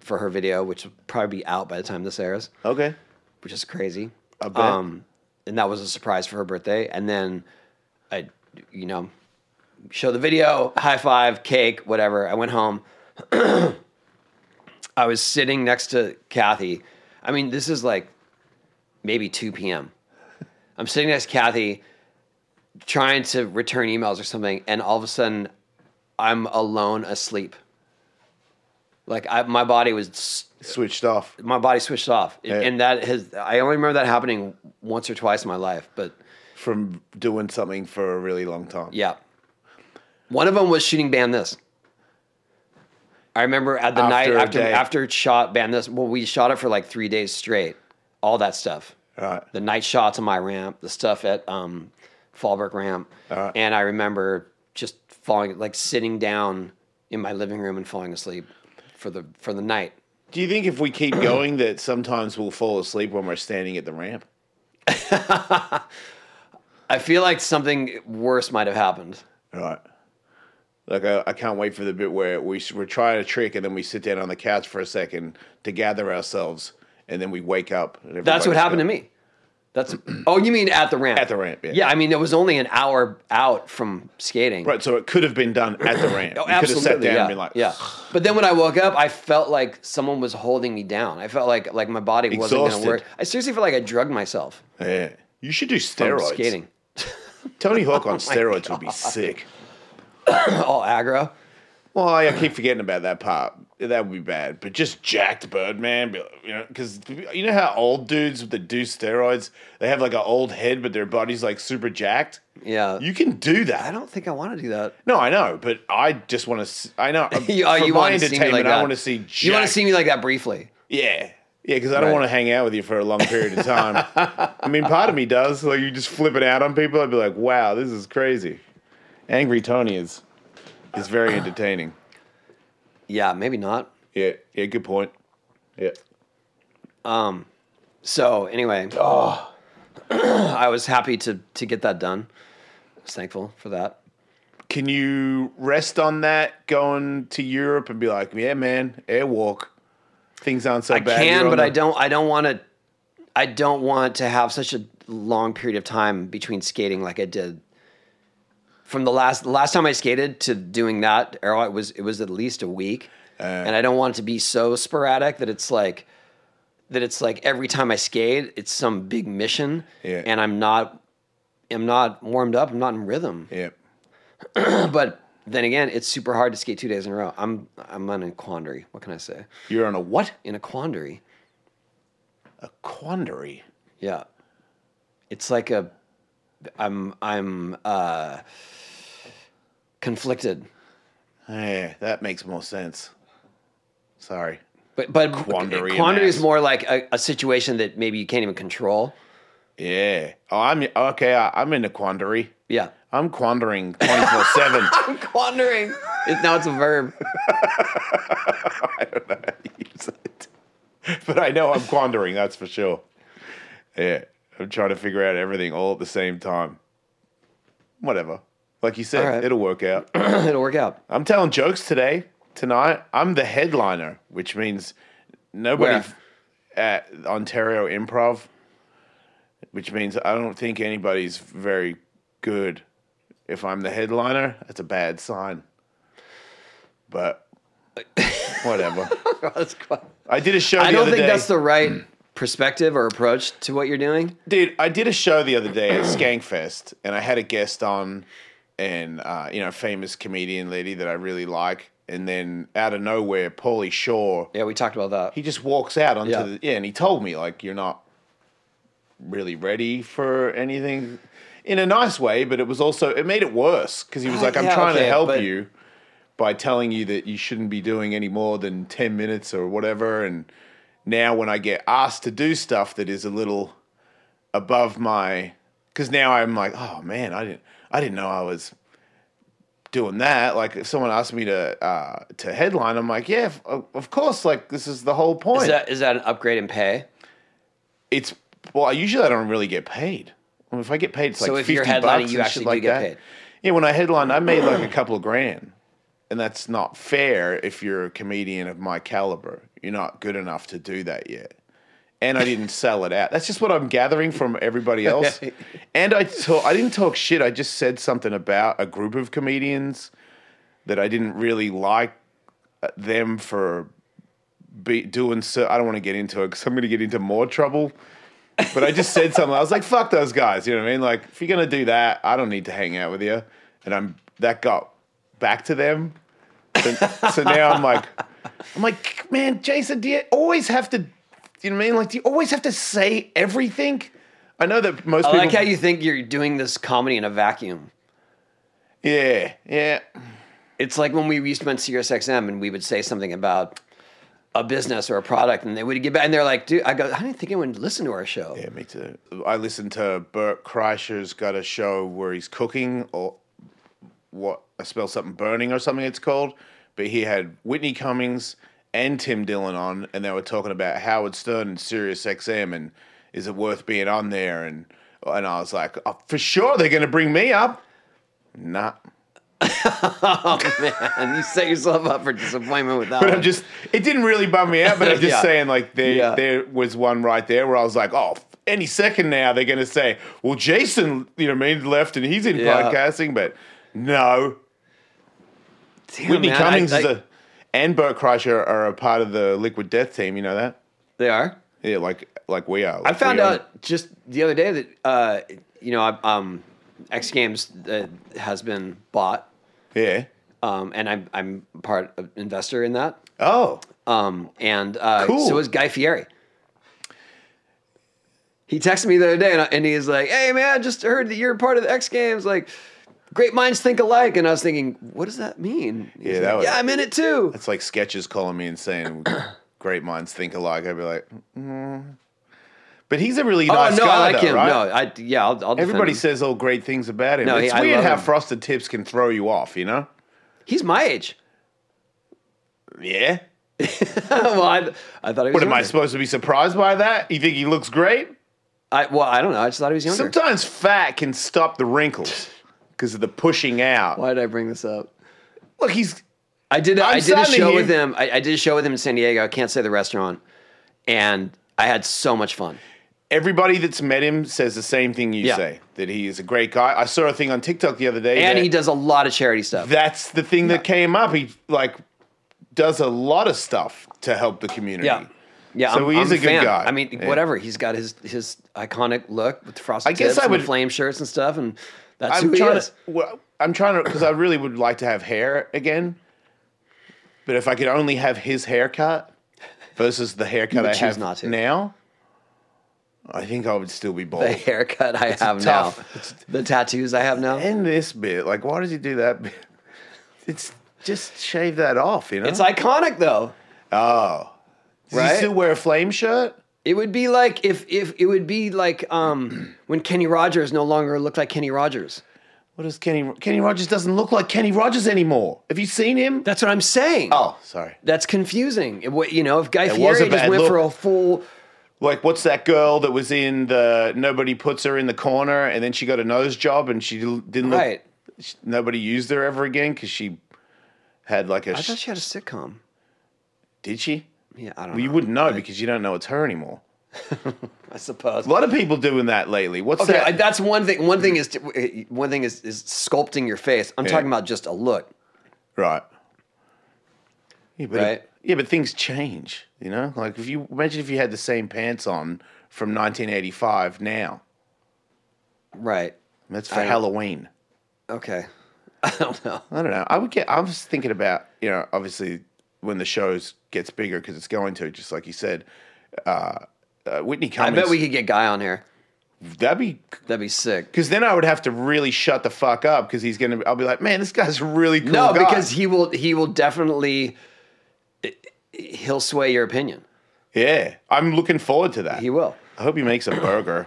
[SPEAKER 2] for her video, which will probably be out by the time this airs,
[SPEAKER 1] Okay.
[SPEAKER 2] which is crazy. Um,
[SPEAKER 1] I bet.
[SPEAKER 2] and that was a surprise for her birthday. And then I, you know, show the video, high five, cake, whatever. I went home. [CLEARS THROAT] I was sitting next to Kathy. I mean, this is like maybe 2 p.m. I'm sitting next to Kathy trying to return emails or something, and all of a sudden I'm alone asleep. Like I, my body was s-
[SPEAKER 1] Switched off.
[SPEAKER 2] my body switched off, It-
[SPEAKER 1] Yeah.
[SPEAKER 2] and that has I only remember that happening once or twice in my life, but
[SPEAKER 1] from doing something for a really long time.
[SPEAKER 2] yeah. One of them was shooting band this. I remember at the
[SPEAKER 1] After
[SPEAKER 2] night
[SPEAKER 1] a
[SPEAKER 2] after
[SPEAKER 1] day.
[SPEAKER 2] after shot band this. Well, we shot it for like three days straight, all that stuff.
[SPEAKER 1] Right.
[SPEAKER 2] the night shots on my ramp, the stuff at um, Fallbrook ramp,
[SPEAKER 1] Uh.
[SPEAKER 2] and I remember just falling, like sitting down in my living room and falling asleep for the for the night.
[SPEAKER 1] Do you think if we keep going that sometimes we'll fall asleep when we're standing at the ramp?
[SPEAKER 2] I feel like something worse might have happened.
[SPEAKER 1] Right. Like I, I can't wait for the bit where we s- we're trying a trick and then we sit down on the couch for a second to gather ourselves and then we wake up. And
[SPEAKER 2] That's what happened to me. That's oh, you mean at the ramp?
[SPEAKER 1] At the ramp, yeah.
[SPEAKER 2] Yeah, I mean it was only an hour out from skating.
[SPEAKER 1] Right, so it could have been done
[SPEAKER 2] [COUGHS]
[SPEAKER 1] at the ramp.
[SPEAKER 2] Oh,
[SPEAKER 1] you could have
[SPEAKER 2] absolutely.
[SPEAKER 1] sat down
[SPEAKER 2] yeah,
[SPEAKER 1] and been like, [SIGHS]
[SPEAKER 2] yeah. But then when I woke up, I felt like someone was holding me down. I felt like like my body wasn't
[SPEAKER 1] Exhausted.
[SPEAKER 2] going to work. I seriously felt like I drugged myself
[SPEAKER 1] yeah. You should do
[SPEAKER 2] from
[SPEAKER 1] steroids.
[SPEAKER 2] skating. [CLEARS THROAT] Oh
[SPEAKER 1] Tony
[SPEAKER 2] [LAUGHS]
[SPEAKER 1] Hawk on steroids would be sick.
[SPEAKER 2] All aggro.
[SPEAKER 1] Well, I I keep forgetting about that part. That would be bad. But just jacked Birdman, be like, you know, because you know how old dudes that do steroids, they have like an old head, but their body's like super jacked.
[SPEAKER 2] Yeah.
[SPEAKER 1] You can do
[SPEAKER 2] I
[SPEAKER 1] that.
[SPEAKER 2] don't think I want to do that.
[SPEAKER 1] No, I know, but I just want to. I know.
[SPEAKER 2] [LAUGHS] You, oh,
[SPEAKER 1] for
[SPEAKER 2] you
[SPEAKER 1] my
[SPEAKER 2] want to see me like
[SPEAKER 1] entertainment,
[SPEAKER 2] that.
[SPEAKER 1] I want to see. Jacked.
[SPEAKER 2] You want to see me like that briefly.
[SPEAKER 1] Yeah, yeah, because I don't
[SPEAKER 2] Right.
[SPEAKER 1] want to hang out with you for a long period of
[SPEAKER 2] [LAUGHS]
[SPEAKER 1] time. I mean, part of me does. Like you just flip it out on people. I'd be like, wow, this is crazy. Angry Tony is is very entertaining.
[SPEAKER 2] Yeah, maybe not.
[SPEAKER 1] Yeah, yeah, good point. Yeah.
[SPEAKER 2] So anyway, [CLEARS THROAT] I was happy to to get that done. I was thankful for that.
[SPEAKER 1] Can you rest on that going to Europe and be like, yeah, man, airwalk, things aren't so [LAUGHS]
[SPEAKER 2] I
[SPEAKER 1] bad.
[SPEAKER 2] can,
[SPEAKER 1] You're
[SPEAKER 2] but
[SPEAKER 1] on
[SPEAKER 2] I
[SPEAKER 1] the-
[SPEAKER 2] don't. I don't want to. I don't want to have such a long period of time between skating like I did. From the last last time I skated to doing that, arrow it was it was at least a week,
[SPEAKER 1] Uh.
[SPEAKER 2] and I don't want it to be so sporadic that it's like that it's like every time I skate, it's some big mission,
[SPEAKER 1] Yeah.
[SPEAKER 2] and I'm not I'm not warmed up, I'm not in rhythm.
[SPEAKER 1] Yeah.
[SPEAKER 2] [CLEARS THROAT] But then again, it's super hard to skate two days in a row. I'm I'm in a quandary. What can I say?
[SPEAKER 1] You're on a what?
[SPEAKER 2] In a quandary.
[SPEAKER 1] A quandary.
[SPEAKER 2] Yeah. It's like a I'm I'm uh conflicted.
[SPEAKER 1] Yeah, that makes more sense. Sorry.
[SPEAKER 2] But but
[SPEAKER 1] Quandary
[SPEAKER 2] quandary
[SPEAKER 1] in
[SPEAKER 2] is
[SPEAKER 1] ass. more.
[SPEAKER 2] more like a, a situation that maybe you can't even control.
[SPEAKER 1] Yeah. Oh, I'm okay. I, I'm in a quandary.
[SPEAKER 2] Yeah.
[SPEAKER 1] I'm quandering 24
[SPEAKER 2] [LAUGHS]
[SPEAKER 1] 7.
[SPEAKER 2] I'm quandering. It, now it's a verb. [COUGHS]
[SPEAKER 1] But I know I'm quandering, that's for sure. Yeah. I'm trying to figure out everything all at the same time. Whatever. Like you said,
[SPEAKER 2] All right.
[SPEAKER 1] it'll work out.
[SPEAKER 2] It'll work out.
[SPEAKER 1] I'm telling jokes today, tonight. I'm the headliner, which means nobody at Ontario Improv, which means I don't think anybody's very good. If I'm the headliner, that's a bad sign.
[SPEAKER 2] [LAUGHS]
[SPEAKER 1] But whatever.
[SPEAKER 2] [LAUGHS] That's quite-
[SPEAKER 1] I did a show the
[SPEAKER 2] I don't
[SPEAKER 1] other
[SPEAKER 2] think
[SPEAKER 1] day.
[SPEAKER 2] that's the right perspective or approach to what you're doing.
[SPEAKER 1] Dude, I did a show the other day at Skankfest, and I had a guest on, and uh, you know, famous comedian lady that I really like. And then out of nowhere, Paulie Shaw,
[SPEAKER 2] Yeah, we talked about that.
[SPEAKER 1] he just walks out onto
[SPEAKER 2] Yeah.
[SPEAKER 1] the yeah, and he told me like, "You're not really ready for anything in a nice way, but it was also it made it worse because he was
[SPEAKER 2] Uh,
[SPEAKER 1] like, "I'm
[SPEAKER 2] yeah,
[SPEAKER 1] trying
[SPEAKER 2] okay,
[SPEAKER 1] to help
[SPEAKER 2] but-
[SPEAKER 1] you by telling you that you shouldn't be doing any more than ten minutes or whatever." And now, when I get asked to do stuff that is a little above my, because now I'm like, "Oh man, I didn't, I didn't know I was." Doing that, like if someone asked me to uh, to headline, I'm like, yeah, of- of, of course, like this is the whole point
[SPEAKER 2] Is that is that an upgrade in pay?
[SPEAKER 1] it's well, I usually I don't really get paid. I mean, if I get paid, it's like
[SPEAKER 2] So if
[SPEAKER 1] fifty
[SPEAKER 2] you're headlining,
[SPEAKER 1] bucks
[SPEAKER 2] you
[SPEAKER 1] and
[SPEAKER 2] actually
[SPEAKER 1] shit
[SPEAKER 2] do
[SPEAKER 1] like
[SPEAKER 2] get
[SPEAKER 1] that.
[SPEAKER 2] paid.
[SPEAKER 1] Yeah, when I headline, I made like a couple of grand, and that's not fair if you're a comedian of my caliber. You're not good enough to do that yet. And I
[SPEAKER 2] [LAUGHS]
[SPEAKER 1] didn't sell it out. That's just what I'm gathering from everybody else. and I talk, I didn't talk shit. I just said something about a group of comedians that I didn't really like uh, them for be doing so. I don't want to get into it because I'm going to get into more trouble. But I just said something. I was like, "Fuck those guys." You know what I mean? Like, if you're going to do that, I don't need to hang out with you. And I'm that got back to them. So, so now I'm like, I'm like, man, Jason, do you always have to? You know what I mean? Like, do you always have to say everything? I know that most
[SPEAKER 2] I
[SPEAKER 1] people.
[SPEAKER 2] like how you think you're doing this comedy in a vacuum.
[SPEAKER 1] yeah, yeah.
[SPEAKER 2] It's like when we used to be on SiriusXM and we would say something about a business or a product, and they would get back and they're like, "Dude, I go, I didn't think anyone would listen to our show."
[SPEAKER 1] Yeah, me too. I listened to Bert Kreischer's got a show where he's cooking or what I spell something burning or something it's called. But he had Whitney Cummings and Tim Dillon on, and they were talking about Howard Stern and Sirius XM and is it worth being on there? And and I was like, oh, for sure they're going to bring me up. Nah.
[SPEAKER 2] [LAUGHS] Man, you set yourself up for disappointment with that.
[SPEAKER 1] But
[SPEAKER 2] one.
[SPEAKER 1] I'm just, it didn't really bum me out, but I'm
[SPEAKER 2] [LAUGHS]
[SPEAKER 1] just
[SPEAKER 2] Yeah.
[SPEAKER 1] saying, like, there,
[SPEAKER 2] Yeah.
[SPEAKER 1] there was one right there where I was like, oh, any second now they're going to say, well, Jason, you know, what I mean, left and he's in
[SPEAKER 2] Yeah.
[SPEAKER 1] podcasting, but no.
[SPEAKER 2] Damn,
[SPEAKER 1] Whitney
[SPEAKER 2] man, I-
[SPEAKER 1] Cummings is
[SPEAKER 2] I-
[SPEAKER 1] a, and Bert Kreischer are a part of the Liquid Death team, you know that?
[SPEAKER 2] They are.
[SPEAKER 1] Yeah, like like we are.
[SPEAKER 2] I found out just the other day that uh, you know, I, um, X Games uh, has been bought,
[SPEAKER 1] Yeah.
[SPEAKER 2] um, and I'm I'm part of investor in that.
[SPEAKER 1] Oh.
[SPEAKER 2] Um, and uh,
[SPEAKER 1] Cool.
[SPEAKER 2] so was Guy Fieri. He texted me the other day, and, I, and he was like, "Hey man, I just heard that you're part of the X Games. Like, great minds think alike." And I was thinking, what does that mean? He's
[SPEAKER 1] Yeah, that
[SPEAKER 2] like,
[SPEAKER 1] was-
[SPEAKER 2] yeah, I'm in it too.
[SPEAKER 1] It's like sketches calling me and [COUGHS] saying, great minds think alike. I'd be like, mm. but he's a really
[SPEAKER 2] Oh
[SPEAKER 1] nice
[SPEAKER 2] no,
[SPEAKER 1] guy.
[SPEAKER 2] I like
[SPEAKER 1] though,
[SPEAKER 2] him.
[SPEAKER 1] right?
[SPEAKER 2] No, I yeah, I'll, I'll defend
[SPEAKER 1] Everybody
[SPEAKER 2] him.
[SPEAKER 1] says all great things about him.
[SPEAKER 2] No,
[SPEAKER 1] it's
[SPEAKER 2] he- I
[SPEAKER 1] weird
[SPEAKER 2] love
[SPEAKER 1] how
[SPEAKER 2] him.
[SPEAKER 1] frosted tips can throw you off, you know?
[SPEAKER 2] he's my age. [LAUGHS]
[SPEAKER 1] Yeah.
[SPEAKER 2] well, I, I thought he was.
[SPEAKER 1] What am I
[SPEAKER 2] younger.
[SPEAKER 1] supposed to be surprised by that? You think he looks great?
[SPEAKER 2] I well, I don't know. I just thought he was younger.
[SPEAKER 1] Sometimes fat can stop the wrinkles because of the pushing out.
[SPEAKER 2] Why did I bring this up?
[SPEAKER 1] Look, he's
[SPEAKER 2] I did. i
[SPEAKER 1] I'm
[SPEAKER 2] did a
[SPEAKER 1] sorry,
[SPEAKER 2] show
[SPEAKER 1] you-
[SPEAKER 2] with him. I, I did a show with him in San Diego. I can't say the restaurant, and I had so much fun.
[SPEAKER 1] everybody that's met him says the same thing you
[SPEAKER 2] Yeah.
[SPEAKER 1] say that he is a great guy. I saw a thing on TikTok the other day,
[SPEAKER 2] And
[SPEAKER 1] that-
[SPEAKER 2] he does a lot of charity stuff.
[SPEAKER 1] that's the thing that came up. He like does a lot of stuff to help the community.
[SPEAKER 2] yeah, yeah.
[SPEAKER 1] So
[SPEAKER 2] I'm,
[SPEAKER 1] he's
[SPEAKER 2] I'm
[SPEAKER 1] a good
[SPEAKER 2] fan.
[SPEAKER 1] guy.
[SPEAKER 2] I mean,
[SPEAKER 1] Yeah.
[SPEAKER 2] whatever. He's got his his iconic look with the frosted
[SPEAKER 1] I guess
[SPEAKER 2] tips
[SPEAKER 1] I
[SPEAKER 2] and the
[SPEAKER 1] would-
[SPEAKER 2] flame shirts and stuff, and that's
[SPEAKER 1] I'm
[SPEAKER 2] who he
[SPEAKER 1] trying
[SPEAKER 2] is.
[SPEAKER 1] to. Well, I'm trying to because I really would like to have hair again. But if I could only have his haircut versus the haircut
[SPEAKER 2] would
[SPEAKER 1] I
[SPEAKER 2] choose
[SPEAKER 1] have
[SPEAKER 2] not to.
[SPEAKER 1] now, I think I would still be bald.
[SPEAKER 2] The haircut I have now,
[SPEAKER 1] tough-
[SPEAKER 2] the tattoos I have now.
[SPEAKER 1] and this bit, like, why does he do that? Bit? [LAUGHS] It's just shave that off, you know.
[SPEAKER 2] It's iconic though.
[SPEAKER 1] oh, does
[SPEAKER 2] Right?
[SPEAKER 1] he still wear a flame shirt?
[SPEAKER 2] It would be like if if it would be like um [CLEARS THROAT] when Kenny Rogers no longer looked like Kenny Rogers.
[SPEAKER 1] What does Kenny Kenny Rogers doesn't look like Kenny Rogers anymore? Have you seen him?
[SPEAKER 2] That's what I'm saying.
[SPEAKER 1] Oh, sorry.
[SPEAKER 2] That's confusing. It, wa- you know, if Guy
[SPEAKER 1] was
[SPEAKER 2] Fieri
[SPEAKER 1] a
[SPEAKER 2] just
[SPEAKER 1] bad
[SPEAKER 2] went
[SPEAKER 1] look.
[SPEAKER 2] for a full,
[SPEAKER 1] like what's that girl that was in the nobody puts her in the corner and then she got a nose job and she l- didn't look,
[SPEAKER 2] Right.
[SPEAKER 1] sh- nobody used her ever again because she had like a
[SPEAKER 2] I
[SPEAKER 1] sh-
[SPEAKER 2] thought she had a sitcom.
[SPEAKER 1] did she
[SPEAKER 2] Yeah, I don't
[SPEAKER 1] well, you
[SPEAKER 2] know.
[SPEAKER 1] wouldn't know because you don't know it's her anymore
[SPEAKER 2] I suppose.
[SPEAKER 1] a lot of people doing that lately what's
[SPEAKER 2] okay,
[SPEAKER 1] that
[SPEAKER 2] I, that's one thing. One thing is to, one thing is is sculpting your face. I'm
[SPEAKER 1] Yeah.
[SPEAKER 2] talking about just a look.
[SPEAKER 1] right yeah but,
[SPEAKER 2] Right.
[SPEAKER 1] yeah but things change you know like if you imagine if you had the same pants on from 1985 now
[SPEAKER 2] Right.
[SPEAKER 1] that's for
[SPEAKER 2] I-
[SPEAKER 1] halloween
[SPEAKER 2] Okay. [LAUGHS] I don't know.
[SPEAKER 1] I don't know. I would get. I was thinking about you know obviously when the shows gets bigger because it's going to just like you said, uh, uh, Whitney
[SPEAKER 2] I
[SPEAKER 1] Cummings.
[SPEAKER 2] bet we could get Guy on here.
[SPEAKER 1] That'd be
[SPEAKER 2] That'd be sick.
[SPEAKER 1] because then I would have to really shut the fuck up because he's gonna. I'll be like, man, this guy's a really cool.
[SPEAKER 2] No,
[SPEAKER 1] guy."
[SPEAKER 2] because he will he will definitely eh, he'll sway your opinion.
[SPEAKER 1] yeah, I'm looking forward to that.
[SPEAKER 2] He will.
[SPEAKER 1] I hope he makes a burger.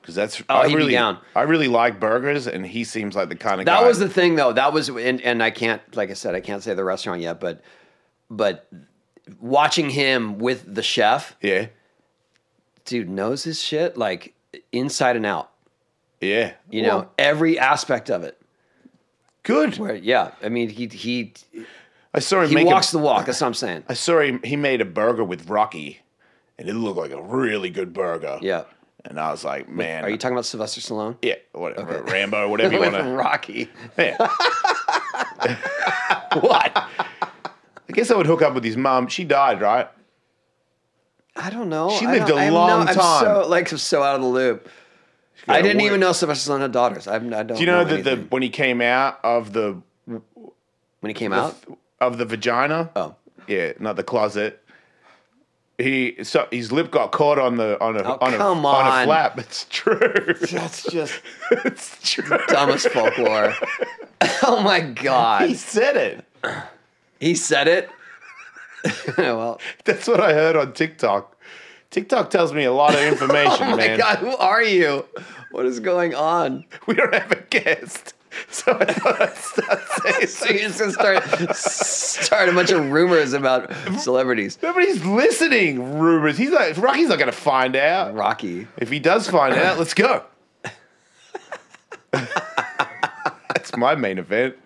[SPEAKER 1] Because that's I
[SPEAKER 2] Oh, he'd be
[SPEAKER 1] really
[SPEAKER 2] down.
[SPEAKER 1] I really like burgers, and he seems like the kind of
[SPEAKER 2] That
[SPEAKER 1] guy.
[SPEAKER 2] was the thing though. That was and, and I can't like I said I can't say the restaurant yet, but but watching him with the chef,
[SPEAKER 1] yeah,
[SPEAKER 2] dude knows his shit like inside and out.
[SPEAKER 1] yeah.
[SPEAKER 2] You know,
[SPEAKER 1] Well,
[SPEAKER 2] every aspect of it.
[SPEAKER 1] good.
[SPEAKER 2] Where yeah, I mean he he
[SPEAKER 1] I saw him
[SPEAKER 2] he
[SPEAKER 1] make
[SPEAKER 2] walks
[SPEAKER 1] a,
[SPEAKER 2] the walk, that's what I'm saying.
[SPEAKER 1] I saw him he made a burger with Rocky, and it looked like a really good burger.
[SPEAKER 2] Yeah.
[SPEAKER 1] And I was like, man,
[SPEAKER 2] Are you talking about Sylvester Stallone?
[SPEAKER 1] yeah, whatever, Rambo,
[SPEAKER 2] [LAUGHS]
[SPEAKER 1] whatever you
[SPEAKER 2] Away
[SPEAKER 1] want
[SPEAKER 2] from
[SPEAKER 1] to.
[SPEAKER 2] Rocky.
[SPEAKER 1] Yeah. [LAUGHS] what? I guess I would hook up with his mom. She died, right?
[SPEAKER 2] I don't know.
[SPEAKER 1] She
[SPEAKER 2] I
[SPEAKER 1] lived
[SPEAKER 2] don't-
[SPEAKER 1] a
[SPEAKER 2] I have
[SPEAKER 1] long
[SPEAKER 2] I'm
[SPEAKER 1] time.
[SPEAKER 2] so like I'm so out of the loop. I
[SPEAKER 1] got
[SPEAKER 2] didn't
[SPEAKER 1] one-
[SPEAKER 2] even know Sylvester Stallone had daughters. I, I don't.
[SPEAKER 1] Do you know, that the
[SPEAKER 2] anything.
[SPEAKER 1] when he came out of the
[SPEAKER 2] when he came out?
[SPEAKER 1] of the vagina?
[SPEAKER 2] Oh,
[SPEAKER 1] Yeah, not the closet. He so his lip got caught on the on a
[SPEAKER 2] Oh,
[SPEAKER 1] on a
[SPEAKER 2] come
[SPEAKER 1] on
[SPEAKER 2] on.
[SPEAKER 1] a flap. [LAUGHS] It's true.
[SPEAKER 2] that's [LAUGHS] just
[SPEAKER 1] it's true.
[SPEAKER 2] dumbest
[SPEAKER 1] [LAUGHS]
[SPEAKER 2] folklore. oh my
[SPEAKER 1] He
[SPEAKER 2] god,
[SPEAKER 1] said it.
[SPEAKER 2] he
[SPEAKER 1] [LAUGHS]
[SPEAKER 2] said it. [LAUGHS] well,
[SPEAKER 1] That's what I heard on TikTok. TikTok tells me a [LAUGHS] lot of information,
[SPEAKER 2] oh my
[SPEAKER 1] man.
[SPEAKER 2] god, who are you? What is going on?
[SPEAKER 1] We don't have a guest, [LAUGHS] so I thought I'd start saying
[SPEAKER 2] So you're just gonna start start a bunch of rumors about celebrities.
[SPEAKER 1] [LAUGHS] Nobody's listening. Rumors. He's like Rocky's not gonna find out.
[SPEAKER 2] Rocky.
[SPEAKER 1] If he does find out, let's go. [LAUGHS] That's my main event.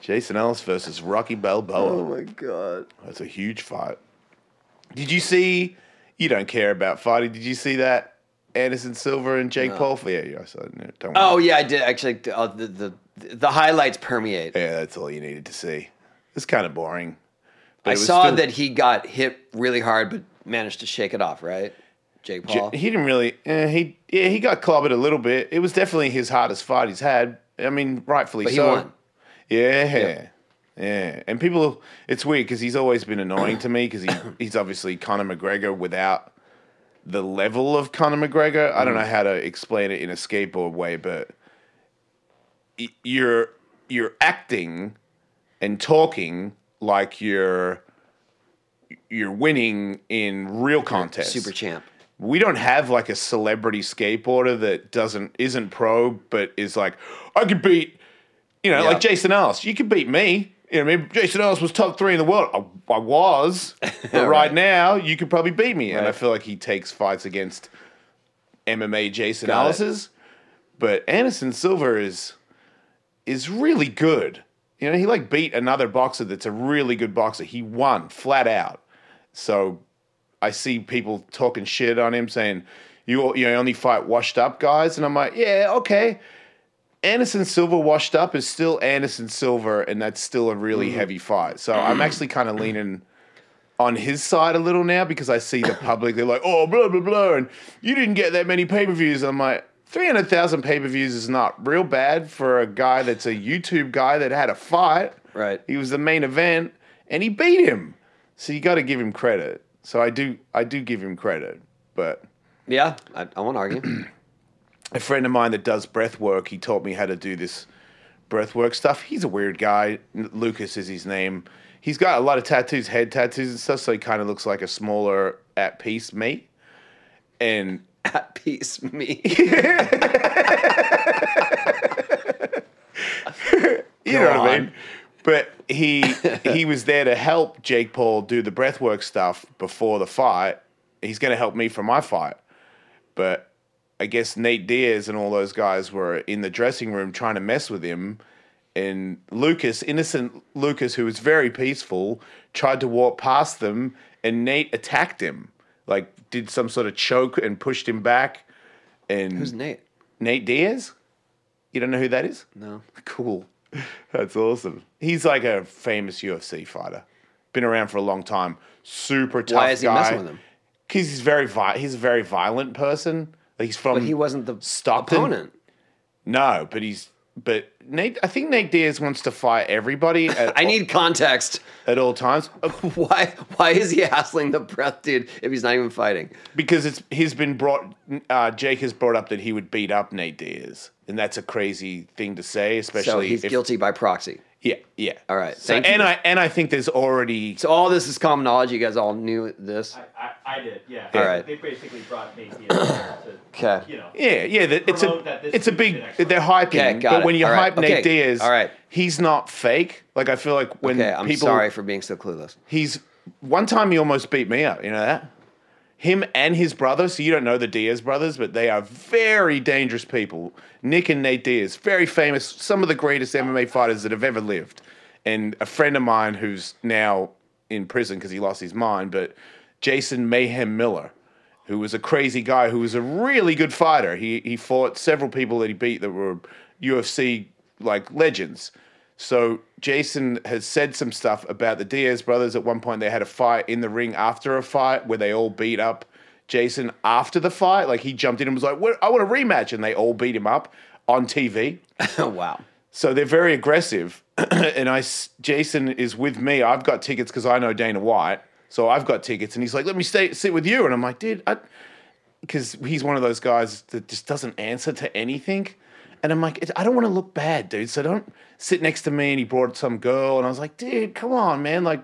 [SPEAKER 1] Jason Ellis versus Rocky Balboa.
[SPEAKER 2] Oh my god.
[SPEAKER 1] That's a huge fight. Did you see? You don't care about fighting. Did you see that Anderson Silva and Jake Paul? Yeah, yeah, I saw it. No, don't worry.
[SPEAKER 2] Oh yeah, I did actually. Uh, the, the the highlights permeate.
[SPEAKER 1] yeah, that's all you needed to see. It's kind of boring. But
[SPEAKER 2] I
[SPEAKER 1] it was
[SPEAKER 2] saw
[SPEAKER 1] still-
[SPEAKER 2] that he got hit really hard, but managed to shake it off. Right, Jake
[SPEAKER 1] J-
[SPEAKER 2] Paul.
[SPEAKER 1] he didn't really. Eh, he yeah, he got clobbered a little bit. It was definitely his hardest fight he's had. I mean, rightfully
[SPEAKER 2] he
[SPEAKER 1] so.
[SPEAKER 2] won.
[SPEAKER 1] Yeah. Yeah, and people, it's weird because he's always been annoying to me
[SPEAKER 2] [COUGHS]
[SPEAKER 1] because he, he's obviously Conor McGregor without the level of Conor McGregor. I don't
[SPEAKER 2] Mm.
[SPEAKER 1] know how to explain it in a skateboard way, but y- you're you're acting and talking like you're you're winning in real contests.
[SPEAKER 2] Super champ.
[SPEAKER 1] we don't have like a celebrity skateboarder that doesn't isn't pro but is like I could beat you know
[SPEAKER 2] Yeah.
[SPEAKER 1] like Jason Ellis you could beat me you know what I mean Jason Ellis was top 3 in the world I, I
[SPEAKER 2] [LAUGHS]
[SPEAKER 1] was but right.
[SPEAKER 2] Right.
[SPEAKER 1] now you could probably beat me and I
[SPEAKER 2] Right.
[SPEAKER 1] feel like he takes fights against MMA Jason
[SPEAKER 2] Got it.
[SPEAKER 1] Ellis's but Anderson Silver is is really good you know he like beat another boxer that's a really good boxer he won flat out so I see people talking shit on him saying, you, you only fight washed up guys. And I'm like, yeah, okay. Anderson Silva washed up is still Anderson Silva, and that's still a really heavy fight. So I'm actually kind of leaning on his side a little now because I see the public, they're like, oh, blah, blah, blah. And you didn't get that many pay per views. I'm like, 300,000 pay per views is not real bad for a guy that's a YouTube guy that had a fight.
[SPEAKER 2] Right.
[SPEAKER 1] He was the main event and he beat him. So you got to give him credit. So I do I do give him credit. But
[SPEAKER 2] Yeah, I, I
[SPEAKER 1] [CLEARS THROAT]
[SPEAKER 2] won't argue.
[SPEAKER 1] a friend of mine that does breath work, he taught me how to do this breath work stuff. He's a weird guy. N- Lucas is his name. He's got a lot of tattoos, head tattoos and stuff, so he kind of looks like a smaller at peace me. And
[SPEAKER 2] At peace, me.
[SPEAKER 1] you know what I
[SPEAKER 2] on.
[SPEAKER 1] mean? But he
[SPEAKER 2] [LAUGHS]
[SPEAKER 1] he was there to help Jake Paul do the breathwork stuff before the fight. He's going to help me for my fight. But I guess Nate Diaz and all those guys were in the dressing room trying to mess with him. And Lucas, innocent Lucas, who was very peaceful, tried to walk past them, and Nate attacked him. Like did some sort of choke and pushed him back. And
[SPEAKER 2] Who's Nate?
[SPEAKER 1] Nate Diaz? You don't know who that is?
[SPEAKER 2] No.
[SPEAKER 1] [LAUGHS] Cool. That's awesome. He's like a famous UFC fighter. Been around for a long time. Super tough
[SPEAKER 2] Why is he
[SPEAKER 1] guy.
[SPEAKER 2] messing with him?
[SPEAKER 1] Because he's very vi- he's a very violent person. Like he's from
[SPEAKER 2] He wasn't the
[SPEAKER 1] Stockton?
[SPEAKER 2] opponent.
[SPEAKER 1] no, but he's but Nate, I think Nate Diaz wants to fight
[SPEAKER 2] [LAUGHS]
[SPEAKER 1] everybody at,
[SPEAKER 2] I need context. [LAUGHS]
[SPEAKER 1] at all times uh,
[SPEAKER 2] Why? Why is he hassling the breath dude if he's not even fighting?
[SPEAKER 1] because it's he's been brought. Uh, Jake has brought up that he would beat up Nate Diaz, and that's a crazy thing to say, especially
[SPEAKER 2] So he's
[SPEAKER 1] if
[SPEAKER 2] guilty by proxy.
[SPEAKER 1] yeah, yeah.
[SPEAKER 2] All right,
[SPEAKER 1] So,
[SPEAKER 2] thank
[SPEAKER 1] and
[SPEAKER 2] you.
[SPEAKER 1] I and I think there's already
[SPEAKER 2] So all this is common knowledge. You guys all knew this.
[SPEAKER 3] I, I, I did, yeah.
[SPEAKER 2] All right.
[SPEAKER 3] They basically brought me here to,
[SPEAKER 2] [COUGHS] Okay.
[SPEAKER 3] you know.
[SPEAKER 1] Yeah, yeah. That it's a
[SPEAKER 3] Promote that this
[SPEAKER 1] it's a
[SPEAKER 3] is
[SPEAKER 1] big.
[SPEAKER 3] the next
[SPEAKER 1] They're hyping,
[SPEAKER 2] Okay, got
[SPEAKER 1] but
[SPEAKER 2] it.
[SPEAKER 1] when you
[SPEAKER 2] All right,
[SPEAKER 1] hype Nate
[SPEAKER 2] okay,
[SPEAKER 1] Diaz,
[SPEAKER 2] all right.
[SPEAKER 1] he's not fake. Like I feel like when
[SPEAKER 2] Okay. I'm
[SPEAKER 1] people,
[SPEAKER 2] sorry for being so clueless. [LAUGHS]
[SPEAKER 1] he's one time he almost beat me up. You know that him and his brother. So you don't know the Diaz brothers, but they are very dangerous people. Nick and Nate Diaz, very famous, some of the greatest MMA fighters that have ever lived. And a friend of mine who's now in prison because he lost his mind, but Jason Mayhem Miller who was a crazy guy who was a really good fighter. He he fought several people that he beat that were UFC like legends. So Jason has said some stuff about the Diaz brothers. At one point, they had a fight in the ring after a fight where they all beat up Jason after the fight. Like he jumped in and was like, "What- "I want a rematch," and they all beat him up on TV.
[SPEAKER 2] wow.
[SPEAKER 1] So they're very aggressive. [CLEARS THROAT] and I, s- Jason is with me. I've got tickets because I know Dana White. So I've got tickets. And he's like, let me stay, sit with you. And I'm like, dude, I, because he's one of those guys that just doesn't answer to anything. And I'm like, "It- I don't want to look bad, dude. So don't sit next to me. And he brought some girl. And I was like, dude, come on, man. Like,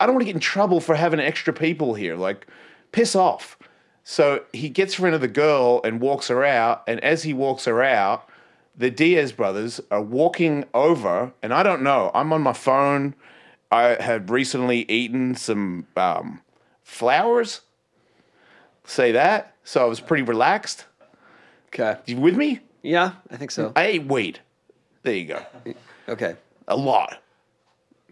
[SPEAKER 1] I don't want to get in trouble for having extra people here. Like, piss off. So he gets rid of the girl and walks her out. And as he walks her out, the Diaz brothers are walking over. And I don't know. I'm on my phone. I had recently eaten some um, flowers. Say that. So I was pretty relaxed.
[SPEAKER 2] Okay.
[SPEAKER 1] You with me?
[SPEAKER 2] Yeah, I think so.
[SPEAKER 1] I ate weed. There you go.
[SPEAKER 2] Okay.
[SPEAKER 1] a lot.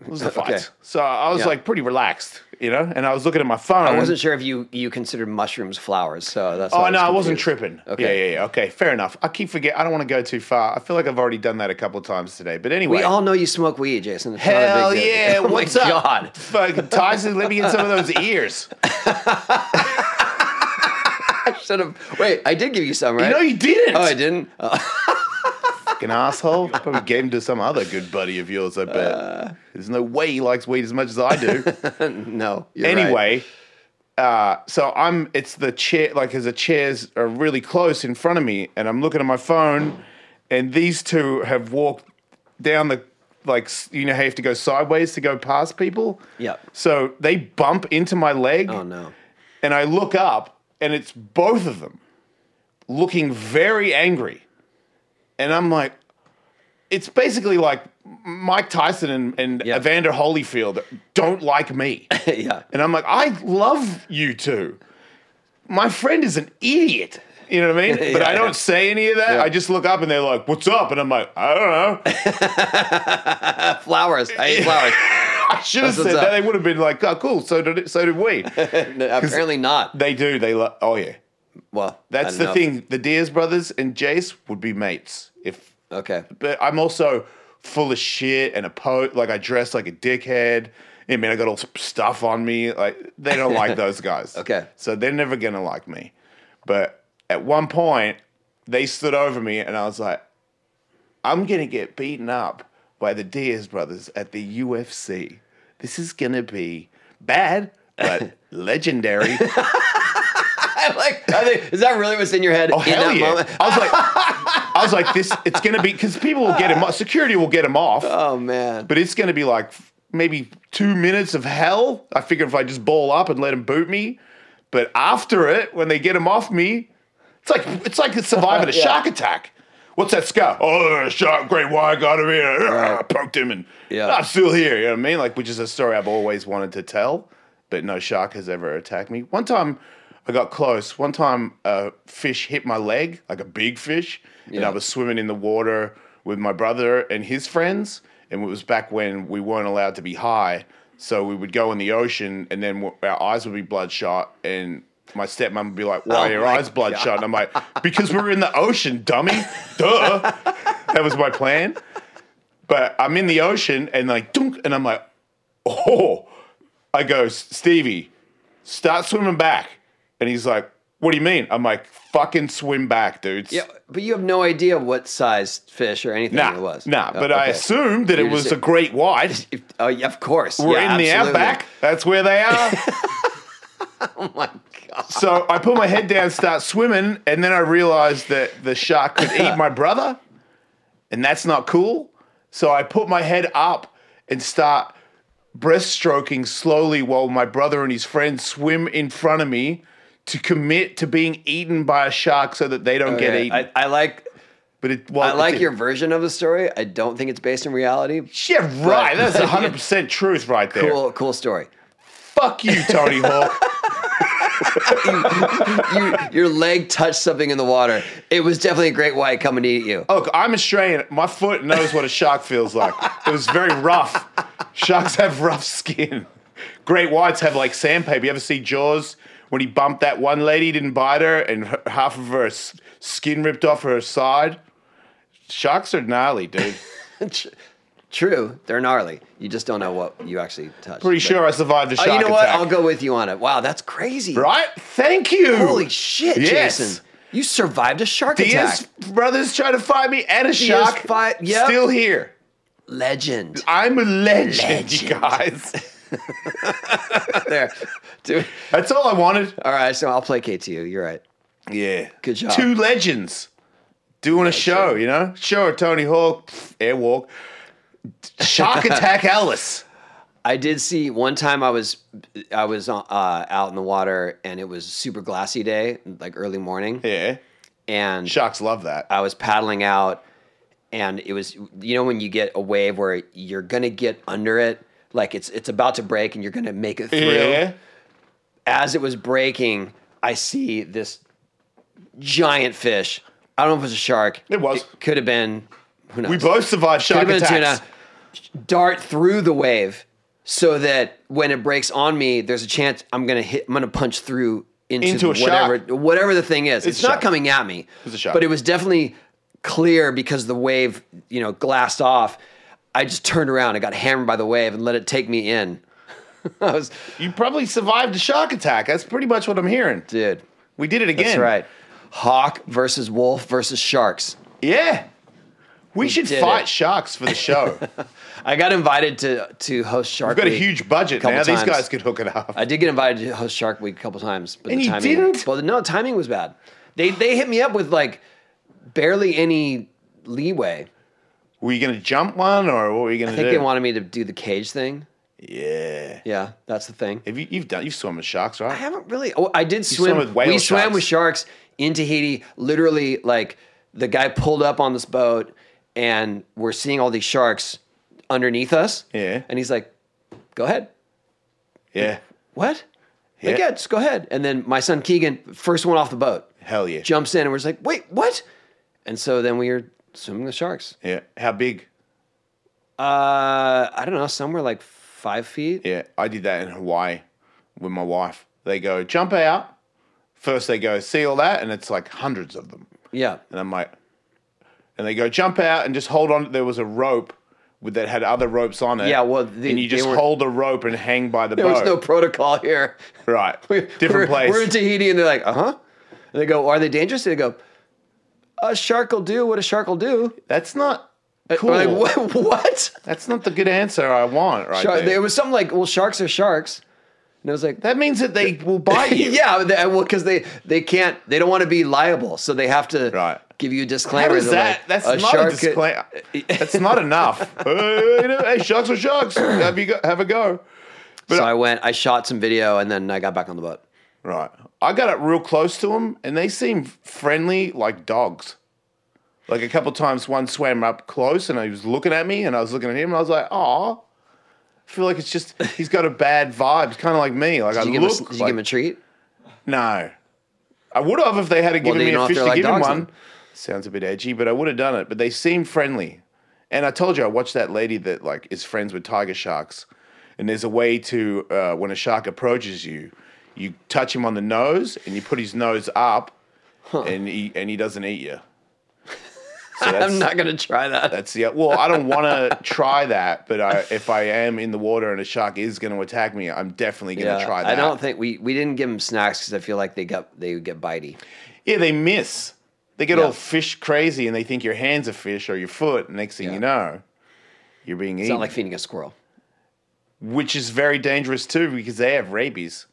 [SPEAKER 1] It was the
[SPEAKER 2] [LAUGHS] Okay.
[SPEAKER 1] fights. So I was
[SPEAKER 2] Yeah.
[SPEAKER 1] like pretty relaxed, you know, and I was looking at my phone.
[SPEAKER 2] I wasn't sure if you you considered mushrooms flowers. So that's.
[SPEAKER 1] Oh
[SPEAKER 2] why
[SPEAKER 1] no, I wasn't
[SPEAKER 2] confused.
[SPEAKER 1] tripping.
[SPEAKER 2] Okay.
[SPEAKER 1] Yeah, yeah, yeah. Okay, fair enough. I keep forget. I don't want to go too far. I feel like I've already done that a couple of times today. But anyway,
[SPEAKER 2] We all know you smoke weed, Jason. It's not a big
[SPEAKER 1] hell
[SPEAKER 2] deal.
[SPEAKER 1] yeah!
[SPEAKER 2] [LAUGHS] Oh
[SPEAKER 1] what's
[SPEAKER 2] my
[SPEAKER 1] up?
[SPEAKER 2] god.
[SPEAKER 1] Fucking Tyson, let me get some of those ears.
[SPEAKER 2] I should have. Wait, I did give you some, [LAUGHS] right?
[SPEAKER 1] You know you didn't.
[SPEAKER 2] Oh, I didn't. Uh,
[SPEAKER 1] Fucking asshole. Probably gave him to some other good buddy of yours. I bet.
[SPEAKER 2] Uh.
[SPEAKER 1] There's no way he likes weed as much as I
[SPEAKER 2] [LAUGHS]
[SPEAKER 1] do.
[SPEAKER 2] no. you're right.
[SPEAKER 1] anyway, uh, so I'm it's the chair like as the chairs are really close in front of me, and I'm looking at my phone, and these two have walked down the like s- you know how you have to go sideways to go past people.
[SPEAKER 2] Yep.
[SPEAKER 1] So they bump into my leg,
[SPEAKER 2] Oh no. [LAUGHS]
[SPEAKER 1] and I look up, and it's both of them looking very angry, and I'm like. It's basically like Mike Tyson and, and
[SPEAKER 2] Yep.
[SPEAKER 1] Evander Holyfield don't like
[SPEAKER 2] [LAUGHS]
[SPEAKER 1] me.
[SPEAKER 2] yeah.
[SPEAKER 1] And I'm like, I love you two. My friend is an idiot. You know what I mean? But
[SPEAKER 2] [LAUGHS] Yeah,
[SPEAKER 1] I don't
[SPEAKER 2] yeah.
[SPEAKER 1] say any of that.
[SPEAKER 2] Yeah.
[SPEAKER 1] I just look up and they're like, what's up? And I'm like, I don't
[SPEAKER 2] [LAUGHS]
[SPEAKER 1] know.
[SPEAKER 2] Flowers. I
[SPEAKER 1] [LAUGHS]
[SPEAKER 2] hate flowers.
[SPEAKER 1] I should have
[SPEAKER 2] That's what's
[SPEAKER 1] said that.
[SPEAKER 2] up.
[SPEAKER 1] They would have been like, oh, cool. So did, so did
[SPEAKER 2] [LAUGHS]
[SPEAKER 1] we.
[SPEAKER 2] No, apparently not.
[SPEAKER 1] they do. They love, oh, yeah.
[SPEAKER 2] Well,
[SPEAKER 1] That's the
[SPEAKER 2] I don't know.
[SPEAKER 1] thing. The Diaz brothers and Jace would be mates. If,
[SPEAKER 2] Okay. [LAUGHS]
[SPEAKER 1] But I'm also full of shit and a poet. Like, I dress like a dickhead. I mean, I got all s- stuff on me. Like, they don't like those guys.
[SPEAKER 2] Okay.
[SPEAKER 1] So they're never going to like me. But at one point, they stood over me, and I was like, I'm going to get beaten up by the Diaz brothers at the UFC. This is going to be bad, but legendary.
[SPEAKER 2] I like. I think, is that really what's in your head
[SPEAKER 1] Oh,
[SPEAKER 2] in
[SPEAKER 1] hell
[SPEAKER 2] that
[SPEAKER 1] yeah.
[SPEAKER 2] moment?
[SPEAKER 1] I was
[SPEAKER 2] [LAUGHS]
[SPEAKER 1] like, I was like, this, it's going to be, because people will get him off, security will get him off,
[SPEAKER 2] Oh man.
[SPEAKER 1] but it's going to be like maybe two minutes of hell. I figure if I just ball up and let him boot me. But after it, when they get him off me, it's like it's like surviving a
[SPEAKER 2] [LAUGHS] Yeah.
[SPEAKER 1] shark attack. What's that scar? Oh, a shark, great white got him here. [LAUGHS]
[SPEAKER 2] Right.
[SPEAKER 1] Poked him and ah,
[SPEAKER 2] Yeah.
[SPEAKER 1] I'm still here. You know what I mean? Like, which is a story I've always wanted to tell, but no shark has ever attacked me. One time I got close. One time a fish hit my leg, like a big fish, and
[SPEAKER 2] Yeah.
[SPEAKER 1] I was swimming in the water with my brother and his friends. And it was back when we weren't allowed to be high. So we would go in the ocean and then w- our eyes would be bloodshot. And my stepmom would be like, Why are your
[SPEAKER 2] Oh my
[SPEAKER 1] eyes bloodshot? And I'm like, Because we were in the ocean, dummy. Duh.
[SPEAKER 2] [LAUGHS]
[SPEAKER 1] That was my plan. But I'm in the ocean and like, dunk, and I'm like, Oh, I go, Stevie, start swimming back. And he's like, What do you mean? I'm like, fucking swim back, dudes.
[SPEAKER 2] Yeah, but you have no idea what size fish or anything
[SPEAKER 1] Nah,
[SPEAKER 2] it was.
[SPEAKER 1] nah,
[SPEAKER 2] Oh,
[SPEAKER 1] but I
[SPEAKER 2] okay.
[SPEAKER 1] assumed that
[SPEAKER 2] You're
[SPEAKER 1] it was
[SPEAKER 2] just-
[SPEAKER 1] a great
[SPEAKER 2] [LAUGHS]
[SPEAKER 1] white.
[SPEAKER 2] If- oh, yeah, of course.
[SPEAKER 1] We're
[SPEAKER 2] Yeah,
[SPEAKER 1] in the
[SPEAKER 2] absolutely.
[SPEAKER 1] outback. That's where they are.
[SPEAKER 2] [LAUGHS] Oh my god!
[SPEAKER 1] so I put my head down, start swimming, and then I realized that the shark could eat my brother, and that's not cool. So I put my head up and start breaststroking slowly while my brother and his friends swim in front of me to commit to being eaten by a shark so that they don't get
[SPEAKER 2] Okay,
[SPEAKER 1] eaten.
[SPEAKER 2] Oh, I, I like
[SPEAKER 1] but it, well,
[SPEAKER 2] I
[SPEAKER 1] it
[SPEAKER 2] like
[SPEAKER 1] did-
[SPEAKER 2] your version of the story. I don't think it's based in reality.
[SPEAKER 1] Yeah, right. That's
[SPEAKER 2] [LAUGHS]
[SPEAKER 1] 100% truth right there.
[SPEAKER 2] Cool, cool story.
[SPEAKER 1] Fuck you, Tony
[SPEAKER 2] [LAUGHS]
[SPEAKER 1] Hawk.
[SPEAKER 2] You, your leg touched something in the water. It was definitely a great white coming to eat you.
[SPEAKER 1] Look, I'm Australian. My foot knows what a shark feels like. It was very rough. Sharks have rough skin. Great whites have like sandpaper. You ever see Jaws? When he bumped that one lady, he didn't bite her, and her, half of her s- skin ripped off her side. Sharks are gnarly, dude.
[SPEAKER 2] Tr- True, they're gnarly. You just don't know what you actually touched.
[SPEAKER 1] Pretty sure I survived a shark
[SPEAKER 2] Oh, you know what?
[SPEAKER 1] attack.
[SPEAKER 2] I'll go with you on it. Wow, that's crazy.
[SPEAKER 1] Right? Thank you.
[SPEAKER 2] Holy shit,
[SPEAKER 1] Yes.
[SPEAKER 2] Jason! You survived a shark
[SPEAKER 1] Diaz
[SPEAKER 2] attack.
[SPEAKER 1] brothers trying to find me and a shark.
[SPEAKER 2] fi- yep.
[SPEAKER 1] Still here.
[SPEAKER 2] Legend. [LAUGHS]
[SPEAKER 1] I'm a legend, you
[SPEAKER 2] Legend.
[SPEAKER 1] guys.
[SPEAKER 2] there, dude.
[SPEAKER 1] That's all I wanted.
[SPEAKER 2] All right, so I'll placate to you. You're right.
[SPEAKER 1] Yeah.
[SPEAKER 2] Good job.
[SPEAKER 1] Two legends doing a show, you know? Sure, Tony Hawk, pff, Airwalk,
[SPEAKER 2] [LAUGHS]
[SPEAKER 1] Shark Attack Ellis.
[SPEAKER 2] I did see one time I was I was uh, out in the water and it was a super glassy day, like early morning,
[SPEAKER 1] Yeah.
[SPEAKER 2] and
[SPEAKER 1] Sharks love that.
[SPEAKER 2] I was paddling out and it was you know when you get a wave where you're going to get under it, like it's it's about to break and you're going to make it through.
[SPEAKER 1] Yeah.
[SPEAKER 2] As it was breaking, I see this giant fish. I don't know if it was a shark.
[SPEAKER 1] It was.
[SPEAKER 2] could have been who knows.
[SPEAKER 1] We both survived shark
[SPEAKER 2] Could have been a
[SPEAKER 1] attacks.
[SPEAKER 2] tuna. Dart through the wave so that when it breaks on me, there's a chance I'm gonna hit. I'm gonna punch through into,
[SPEAKER 1] Into a
[SPEAKER 2] whatever whatever the thing is. It's,
[SPEAKER 1] a
[SPEAKER 2] not
[SPEAKER 1] shark.
[SPEAKER 2] coming at me. It's
[SPEAKER 1] a shark.
[SPEAKER 2] But it was definitely clear because the wave, you know, glassed off. I just turned around. I got hammered by the wave and let it take me in. [LAUGHS] I was,
[SPEAKER 1] You probably survived a shark attack. That's pretty much what I'm hearing.
[SPEAKER 2] dude.
[SPEAKER 1] We did it again.
[SPEAKER 2] That's right. Hawk versus wolf versus sharks.
[SPEAKER 1] Yeah. We, should
[SPEAKER 2] did
[SPEAKER 1] fight
[SPEAKER 2] it.
[SPEAKER 1] sharks for the
[SPEAKER 2] [LAUGHS]
[SPEAKER 1] show.
[SPEAKER 2] I got invited to to host Shark.
[SPEAKER 1] We've got a
[SPEAKER 2] Week.
[SPEAKER 1] huge budget
[SPEAKER 2] Couple
[SPEAKER 1] now. These
[SPEAKER 2] times.
[SPEAKER 1] guys could hook it up.
[SPEAKER 2] I did get invited to host Shark Week a couple times, but
[SPEAKER 1] And
[SPEAKER 2] the
[SPEAKER 1] you
[SPEAKER 2] timing,
[SPEAKER 1] didn't?
[SPEAKER 2] Well, no, timing was bad. They they hit me up with like barely any leeway.
[SPEAKER 1] were you going to jump one or what were you going
[SPEAKER 2] I
[SPEAKER 1] to do?
[SPEAKER 2] think they wanted me to do the cage thing.
[SPEAKER 1] yeah.
[SPEAKER 2] Yeah, that's the thing.
[SPEAKER 1] Have you, you've done, you've swum with sharks, right?
[SPEAKER 2] I haven't really. Oh, I did swim.
[SPEAKER 1] swam with whale
[SPEAKER 2] we swam
[SPEAKER 1] sharks.
[SPEAKER 2] with sharks in Tahiti. Literally, like the guy pulled up on this boat, and we're seeing all these sharks underneath us.
[SPEAKER 1] Yeah.
[SPEAKER 2] and he's like, "Go ahead."
[SPEAKER 1] yeah.
[SPEAKER 2] What? Like,
[SPEAKER 1] Yeah.
[SPEAKER 2] yeah, just go ahead. And then my son Keegan, first one off the boat.
[SPEAKER 1] Hell yeah.
[SPEAKER 2] jumps in and we're just like, wait, what? And so then we were swimming with sharks.
[SPEAKER 1] Yeah. How big?
[SPEAKER 2] Uh, I don't know, somewhere like five feet.
[SPEAKER 1] Yeah, I did that in Hawaii with my wife. They go, jump out. First, they go, see all that? And it's like hundreds of them.
[SPEAKER 2] Yeah.
[SPEAKER 1] And I'm like, and they go, jump out and just hold on. There was a rope with, that had other ropes on it.
[SPEAKER 2] Yeah, well, the-
[SPEAKER 1] and you
[SPEAKER 2] they
[SPEAKER 1] just
[SPEAKER 2] were-
[SPEAKER 1] hold a rope and hang by the
[SPEAKER 2] There was
[SPEAKER 1] boat.
[SPEAKER 2] no protocol here. [LAUGHS]
[SPEAKER 1] right. Different
[SPEAKER 2] we're,
[SPEAKER 1] place.
[SPEAKER 2] We're in Tahiti and they're like, uh huh. And they go, are they dangerous? And they go, a shark will do what a shark will do.
[SPEAKER 1] That's not Uh, cool.
[SPEAKER 2] We're like, what? what?
[SPEAKER 1] That's not the good answer I want right
[SPEAKER 2] Shark,
[SPEAKER 1] there.
[SPEAKER 2] it was something like, well, sharks are sharks. And I was like,
[SPEAKER 1] that means that
[SPEAKER 2] [LAUGHS]
[SPEAKER 1] they will bite you.
[SPEAKER 2] yeah, they, uh, well, because they they can't, they don't want to be liable, so they have to
[SPEAKER 1] Right.
[SPEAKER 2] give you a disclaimer.
[SPEAKER 1] How does
[SPEAKER 2] They're
[SPEAKER 1] that?
[SPEAKER 2] like,
[SPEAKER 1] that's
[SPEAKER 2] "A
[SPEAKER 1] not
[SPEAKER 2] shark
[SPEAKER 1] a
[SPEAKER 2] could-"
[SPEAKER 1] disclaimer. that's not
[SPEAKER 2] [LAUGHS]
[SPEAKER 1] enough. hey, you know, hey, sharks are sharks. Have you go, have a go?
[SPEAKER 2] so I went, I shot some video, and then I got back on the boat.
[SPEAKER 1] Right. I got up real close to them, and they seem friendly like dogs. Like a couple times, one swam up close, and he was looking at me, and I was looking at him, and I was like, "Aw." I feel like it's just he's got a bad vibe, kind of like me. Like
[SPEAKER 2] Did you,
[SPEAKER 1] I
[SPEAKER 2] give,
[SPEAKER 1] look
[SPEAKER 2] him a, did you
[SPEAKER 1] like
[SPEAKER 2] give him a treat? [LAUGHS]
[SPEAKER 1] no. I would have if they had given
[SPEAKER 2] then you
[SPEAKER 1] me
[SPEAKER 2] know
[SPEAKER 1] a
[SPEAKER 2] if
[SPEAKER 1] fish
[SPEAKER 2] they're
[SPEAKER 1] to
[SPEAKER 2] like
[SPEAKER 1] give him
[SPEAKER 2] dogs
[SPEAKER 1] one.
[SPEAKER 2] then.
[SPEAKER 1] Sounds a bit edgy, but I would have done it. But they seem friendly. And I told you I watched that lady that like is friends with tiger sharks. And there's a way to uh, when a shark approaches you, you touch him on the nose and you put his nose up, and he and he doesn't eat you. So that's,
[SPEAKER 2] I'm not gonna try that.
[SPEAKER 1] that's yeah. Well, I don't want
[SPEAKER 2] [LAUGHS]
[SPEAKER 1] to try that, but I, if I am in the water and a shark is going to attack me, I'm definitely going to try that.
[SPEAKER 2] I don't think we we didn't give them snacks because I feel like they got they would get bitey.
[SPEAKER 1] Yeah, they miss. They get
[SPEAKER 2] Yeah.
[SPEAKER 1] all fish crazy and they think your hands are fish or your foot. And next thing
[SPEAKER 2] Yeah.
[SPEAKER 1] you know, you're being
[SPEAKER 2] It's
[SPEAKER 1] eaten,
[SPEAKER 2] not like feeding a squirrel. [LAUGHS]
[SPEAKER 1] which is very dangerous too because they have
[SPEAKER 2] [LAUGHS]
[SPEAKER 1] rabies.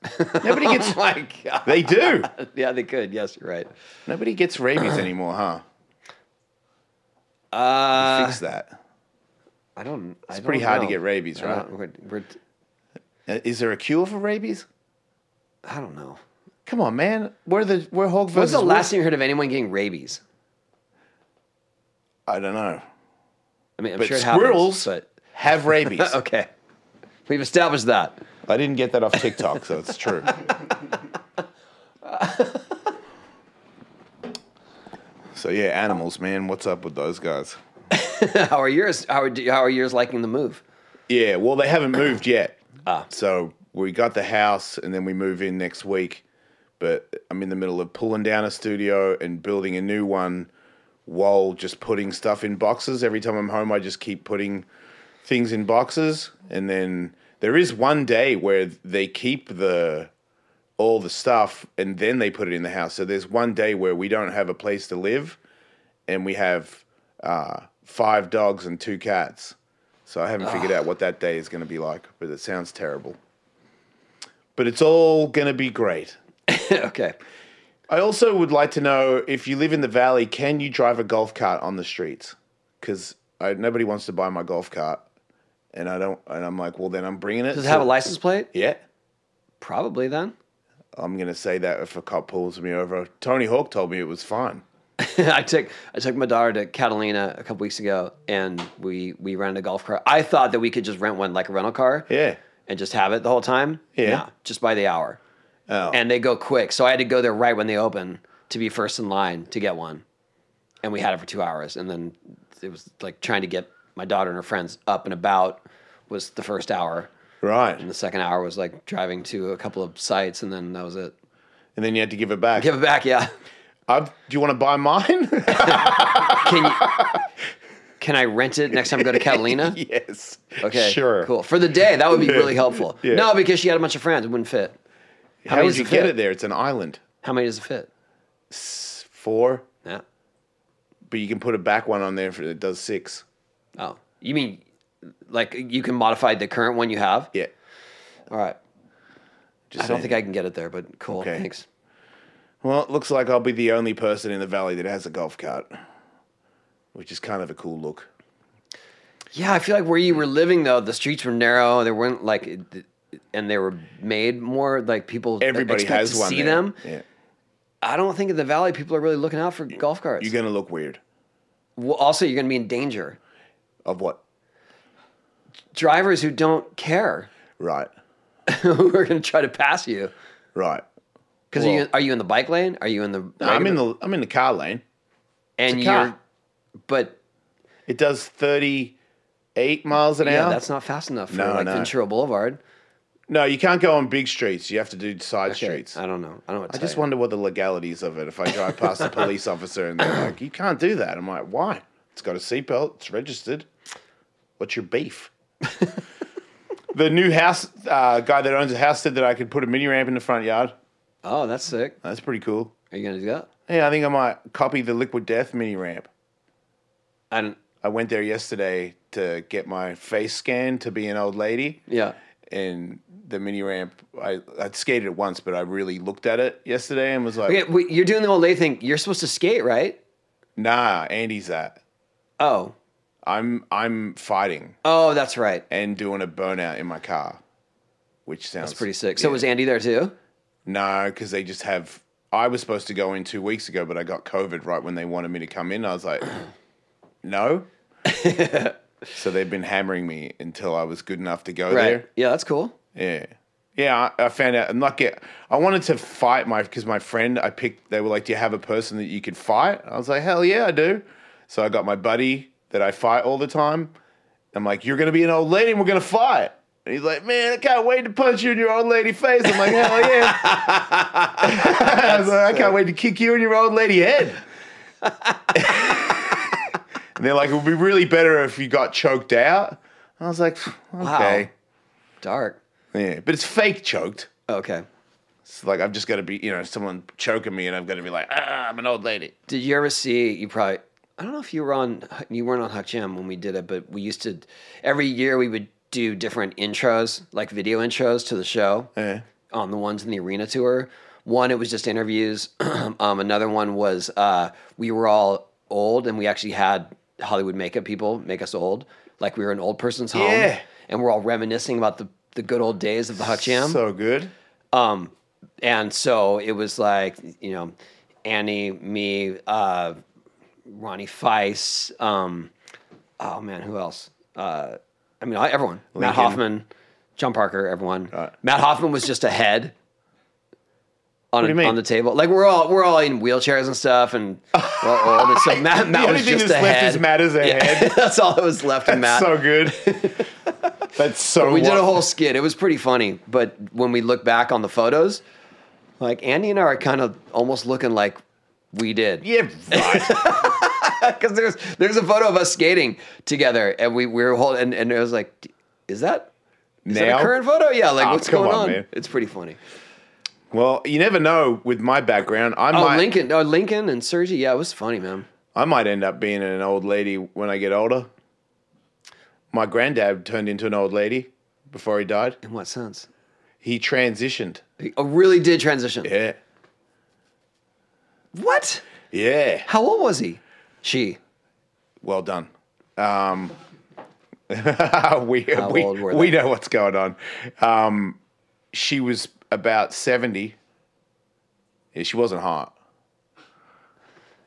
[SPEAKER 1] Nobody gets.
[SPEAKER 2] Oh my god.
[SPEAKER 1] they
[SPEAKER 2] [LAUGHS]
[SPEAKER 1] do.
[SPEAKER 2] Yeah, they could. Yes, you're right.
[SPEAKER 1] Nobody gets rabies anymore, huh?
[SPEAKER 2] Uh,
[SPEAKER 1] Fix that.
[SPEAKER 2] I don't. It's
[SPEAKER 1] pretty hard to get rabies,
[SPEAKER 2] I
[SPEAKER 1] right?
[SPEAKER 2] don't, we're, we're,
[SPEAKER 1] Uh, Is there a cure for rabies?
[SPEAKER 2] I don't know.
[SPEAKER 1] Come on, man. We're the we're Hulk
[SPEAKER 2] When's
[SPEAKER 1] versus.
[SPEAKER 2] the last
[SPEAKER 1] Wolf-
[SPEAKER 2] time you heard of anyone getting rabies?
[SPEAKER 1] I don't know.
[SPEAKER 2] I mean, I'm
[SPEAKER 1] But
[SPEAKER 2] sure it
[SPEAKER 1] squirrels
[SPEAKER 2] happens.
[SPEAKER 1] have rabies.
[SPEAKER 2] But [LAUGHS] okay, we've established that. [LAUGHS]
[SPEAKER 1] I didn't get that off TikTok, so it's true. so yeah, animals, man. What's up with those guys?
[SPEAKER 2] how are yours? How are how are yours liking the move? [LAUGHS]
[SPEAKER 1] Yeah, well, they haven't moved yet.
[SPEAKER 2] Ah.
[SPEAKER 1] So we got the house, and then we move in next week. But I'm in the middle of pulling down a studio and building a new one, while just putting stuff in boxes. Every time I'm home, I just keep putting things in boxes, and then there is one day where they keep the all the stuff and then they put it in the house. So there's one day where we don't have a place to live, and we have uh, five dogs and two cats. So I haven't figured out what that day is going to be like, but it sounds terrible. But it's all going to be great.
[SPEAKER 2] okay,
[SPEAKER 1] I also would like to know if you live in the valley, can you drive a golf cart on the streets? Because nobody wants to buy my golf cart, and I don't. And I'm like, well, then I'm bringing it.
[SPEAKER 2] does it
[SPEAKER 1] to-
[SPEAKER 2] have a license plate?
[SPEAKER 1] Yeah,
[SPEAKER 2] Probably then.
[SPEAKER 1] I'm gonna say that if a cop pulls me over. Tony Hawk told me it was fine.
[SPEAKER 2] [LAUGHS] I took I took my daughter to Catalina a couple weeks ago, and we we rented a golf cart. I thought that we could just rent one like a rental car,
[SPEAKER 1] Yeah.
[SPEAKER 2] and just have it the whole time.
[SPEAKER 1] Yeah.
[SPEAKER 2] Nah, just by the hour,
[SPEAKER 1] Oh.
[SPEAKER 2] and they go quick. So I had to go there right when they open to be first in line to get one, and we had it for two hours, and then it was like trying to get my daughter and her friends up and about was the first hour.
[SPEAKER 1] right.
[SPEAKER 2] And the second hour was like driving to a couple of sites, and then that was it.
[SPEAKER 1] And then you had to give it back.
[SPEAKER 2] Give it back, yeah.
[SPEAKER 1] I've, do you want to buy
[SPEAKER 2] [LAUGHS]
[SPEAKER 1] mine? [LAUGHS]
[SPEAKER 2] Can you, can I rent it next time I go
[SPEAKER 1] [LAUGHS]
[SPEAKER 2] to Catalina?
[SPEAKER 1] yes.
[SPEAKER 2] Okay.
[SPEAKER 1] Sure.
[SPEAKER 2] Cool. For the day, that would be really helpful.
[SPEAKER 1] [LAUGHS] Yeah.
[SPEAKER 2] No, because she had a bunch of friends. It wouldn't fit.
[SPEAKER 1] How,
[SPEAKER 2] many
[SPEAKER 1] did
[SPEAKER 2] does
[SPEAKER 1] you
[SPEAKER 2] it
[SPEAKER 1] get
[SPEAKER 2] fit?
[SPEAKER 1] it there? It's an island.
[SPEAKER 2] How many does it fit?
[SPEAKER 1] It's four,
[SPEAKER 2] Yeah.
[SPEAKER 1] but you can put a back one on there for it does six.
[SPEAKER 2] Oh. You mean like you can modify the current one you have?
[SPEAKER 1] Yeah.
[SPEAKER 2] All right.
[SPEAKER 1] Just
[SPEAKER 2] I don't
[SPEAKER 1] saying.
[SPEAKER 2] think I can get it there, but cool.
[SPEAKER 1] Okay.
[SPEAKER 2] Thanks.
[SPEAKER 1] Well, it looks like I'll be the only person in the valley that has a golf cart, which is kind of a cool look.
[SPEAKER 2] Yeah, I feel like where you were living though, the streets were narrow. There weren't like, it- and they were made more like people.
[SPEAKER 1] Everybody
[SPEAKER 2] expect
[SPEAKER 1] has
[SPEAKER 2] to
[SPEAKER 1] one.
[SPEAKER 2] See
[SPEAKER 1] there.
[SPEAKER 2] them.
[SPEAKER 1] Yeah.
[SPEAKER 2] I don't think in the valley people are really looking out for golf carts.
[SPEAKER 1] You're going to look weird.
[SPEAKER 2] well, also, you're going to be in danger.
[SPEAKER 1] Of what?
[SPEAKER 2] Drivers who don't care [LAUGHS]
[SPEAKER 1] Right.
[SPEAKER 2] who are going to try to pass you.
[SPEAKER 1] Right.
[SPEAKER 2] Because are, you,
[SPEAKER 1] Well-
[SPEAKER 2] are you in the bike lane? Are you in the?
[SPEAKER 1] I'm in
[SPEAKER 2] regular-
[SPEAKER 1] the I'm in the car lane.
[SPEAKER 2] and
[SPEAKER 1] it's a car.
[SPEAKER 2] you're, but
[SPEAKER 1] It does 38 miles an
[SPEAKER 2] yeah,
[SPEAKER 1] hour.
[SPEAKER 2] that's not fast enough for
[SPEAKER 1] No,
[SPEAKER 2] like
[SPEAKER 1] no.
[SPEAKER 2] Ventura Boulevard.
[SPEAKER 1] No, you can't go on big streets. You have to do side
[SPEAKER 2] Okay,
[SPEAKER 1] streets.
[SPEAKER 2] I don't know. I don't. Know what
[SPEAKER 1] I
[SPEAKER 2] to
[SPEAKER 1] just
[SPEAKER 2] want.
[SPEAKER 1] wonder what the legalities of it. If I drive past a police officer and they're like, "You can't do that," I'm like, "Why? It's got a seatbelt. It's registered. What's your beef?" the new house uh, guy that owns the house said that I could put a mini ramp in the front yard.
[SPEAKER 2] Oh, that's sick.
[SPEAKER 1] That's pretty cool.
[SPEAKER 2] Are you going to do that?
[SPEAKER 1] Yeah, I think I might copy the Liquid Death mini ramp.
[SPEAKER 2] I don't.
[SPEAKER 1] I went there yesterday to get my face scanned to be an old lady.
[SPEAKER 2] Yeah.
[SPEAKER 1] and the mini ramp. I I'd skated it once, but I really looked at it yesterday and was like,
[SPEAKER 2] Okay, wait, you're doing the old lady thing. You're supposed to skate, right?
[SPEAKER 1] Nah, Andy's that.
[SPEAKER 2] Oh.
[SPEAKER 1] I'm I'm fighting
[SPEAKER 2] Oh, that's right.
[SPEAKER 1] and doing a burnout in my car, which sounds
[SPEAKER 2] That's pretty sick. So
[SPEAKER 1] yeah.
[SPEAKER 2] was Andy there too?
[SPEAKER 1] no, because they just have. I was supposed to go in two weeks ago, but I got COVID right when they wanted me to come in. I was
[SPEAKER 2] [COUGHS]
[SPEAKER 1] like,
[SPEAKER 2] [LAUGHS]
[SPEAKER 1] no. so they've been hammering me until I was good enough to go there.
[SPEAKER 2] Yeah, that's cool.
[SPEAKER 1] Yeah. Yeah, I, I found out. I'm not get. I wanted to fight my because my friend I picked. They were like, "Do you have a person that you could fight?" I was like, "Hell yeah, I do." So I got my buddy that I fight all the time. I'm like, "You're gonna be an old lady, and we're gonna fight." And he's like, "Man, I can't wait to punch you in your old lady face." I'm like, "Hell yeah!" [LAUGHS] I was like, "I can't wait to kick you in your old lady head." And they're like, it would be really better if you got choked out. I was like, okay.
[SPEAKER 2] Dark.
[SPEAKER 1] Yeah, but it's fake choked.
[SPEAKER 2] Okay.
[SPEAKER 1] It's like I've just got to be, you know, someone choking me, and I've got to be like, ah, I'm an old lady.
[SPEAKER 2] Did you ever see? You probably. I don't know if you were on. You weren't on Huck Jam when we did it, but we used to. Every year we would do different intros, like video intros to the show.
[SPEAKER 1] Yeah.
[SPEAKER 2] On the ones in the arena tour, one it was just interviews. [CLEARS THROAT] um, another one was uh, we were all old, and we actually had Hollywood makeup people make us old, like we were an old person's home,
[SPEAKER 1] Yeah.
[SPEAKER 2] and we're all reminiscing about the the good old days of the Huck Jam.
[SPEAKER 1] So good.
[SPEAKER 2] Um, and so it was like, you know, Annie, me, uh, Ronnie Feist, um, oh man, who else? Uh, I mean, I- everyone.
[SPEAKER 1] Lincoln.
[SPEAKER 2] Matt Hoffman, John Parker, everyone.
[SPEAKER 1] Right.
[SPEAKER 2] Matt Hoffman was just a head. On,
[SPEAKER 1] do you
[SPEAKER 2] a-
[SPEAKER 1] mean?
[SPEAKER 2] on the table, like we're all we're all in wheelchairs and
[SPEAKER 1] [LAUGHS]
[SPEAKER 2] stuff, and we're all old. And so Matt, Matt
[SPEAKER 1] the only
[SPEAKER 2] was
[SPEAKER 1] thing
[SPEAKER 2] just
[SPEAKER 1] that's
[SPEAKER 2] a
[SPEAKER 1] left
[SPEAKER 2] head.
[SPEAKER 1] is Matt as a head.
[SPEAKER 2] that's all that was left of [LAUGHS] Matt.
[SPEAKER 1] So
[SPEAKER 2] [LAUGHS]
[SPEAKER 1] good. That's so.
[SPEAKER 2] We did a
[SPEAKER 1] wa-
[SPEAKER 2] whole skit. It was pretty funny. But when we look back on the photos, like Andy and I are kind of almost looking like we did.
[SPEAKER 1] [LAUGHS]
[SPEAKER 2] [LAUGHS]
[SPEAKER 1] Yeah, right.
[SPEAKER 2] Because there's there's a photo of us skating together, and we, we were holding, and, and it was like, "D- is that is that
[SPEAKER 1] Now?
[SPEAKER 2] a current photo? Yeah, like
[SPEAKER 1] Ah,
[SPEAKER 2] what's
[SPEAKER 1] come
[SPEAKER 2] going
[SPEAKER 1] on,
[SPEAKER 2] on?
[SPEAKER 1] man.
[SPEAKER 2] It's pretty funny.
[SPEAKER 1] well, you never know. With my background, I
[SPEAKER 2] Oh,
[SPEAKER 1] might,
[SPEAKER 2] Lincoln, oh Lincoln and Sergi. Yeah, it was funny, man.
[SPEAKER 1] I might end up being an old lady when I get older. My granddad turned into an old lady before he died.
[SPEAKER 2] In what sense?
[SPEAKER 1] He transitioned.
[SPEAKER 2] He oh, really did transition.
[SPEAKER 1] Yeah,
[SPEAKER 2] What?
[SPEAKER 1] yeah.
[SPEAKER 2] How old was he? She.
[SPEAKER 1] Well done. Um, [LAUGHS] we we,
[SPEAKER 2] old were
[SPEAKER 1] we
[SPEAKER 2] they?
[SPEAKER 1] know what's going on. Um, she was about 70. Yeah, she wasn't hot.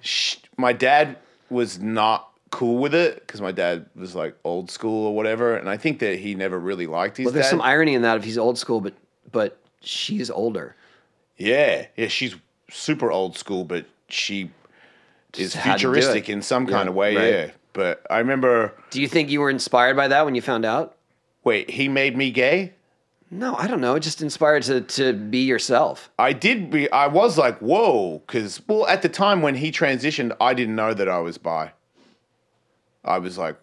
[SPEAKER 1] Sh my dad was not cool with it because my dad was like old school or whatever. And I think that he never really liked his
[SPEAKER 2] Well, there's
[SPEAKER 1] dad.
[SPEAKER 2] some irony in that if he's old school, but but she's older.
[SPEAKER 1] yeah. Yeah. She's super old school, but she is
[SPEAKER 2] had to do it.
[SPEAKER 1] futuristic in some kind
[SPEAKER 2] Yeah,
[SPEAKER 1] of way.
[SPEAKER 2] right.
[SPEAKER 1] Yeah. But I remember,
[SPEAKER 2] Do you think you were inspired by that when you found out?
[SPEAKER 1] wait, he made me gay?
[SPEAKER 2] No, I don't know. It just inspired to to be yourself.
[SPEAKER 1] I did be I was like, whoa, because well, at the time when he transitioned, I didn't know that I was bi. I was like,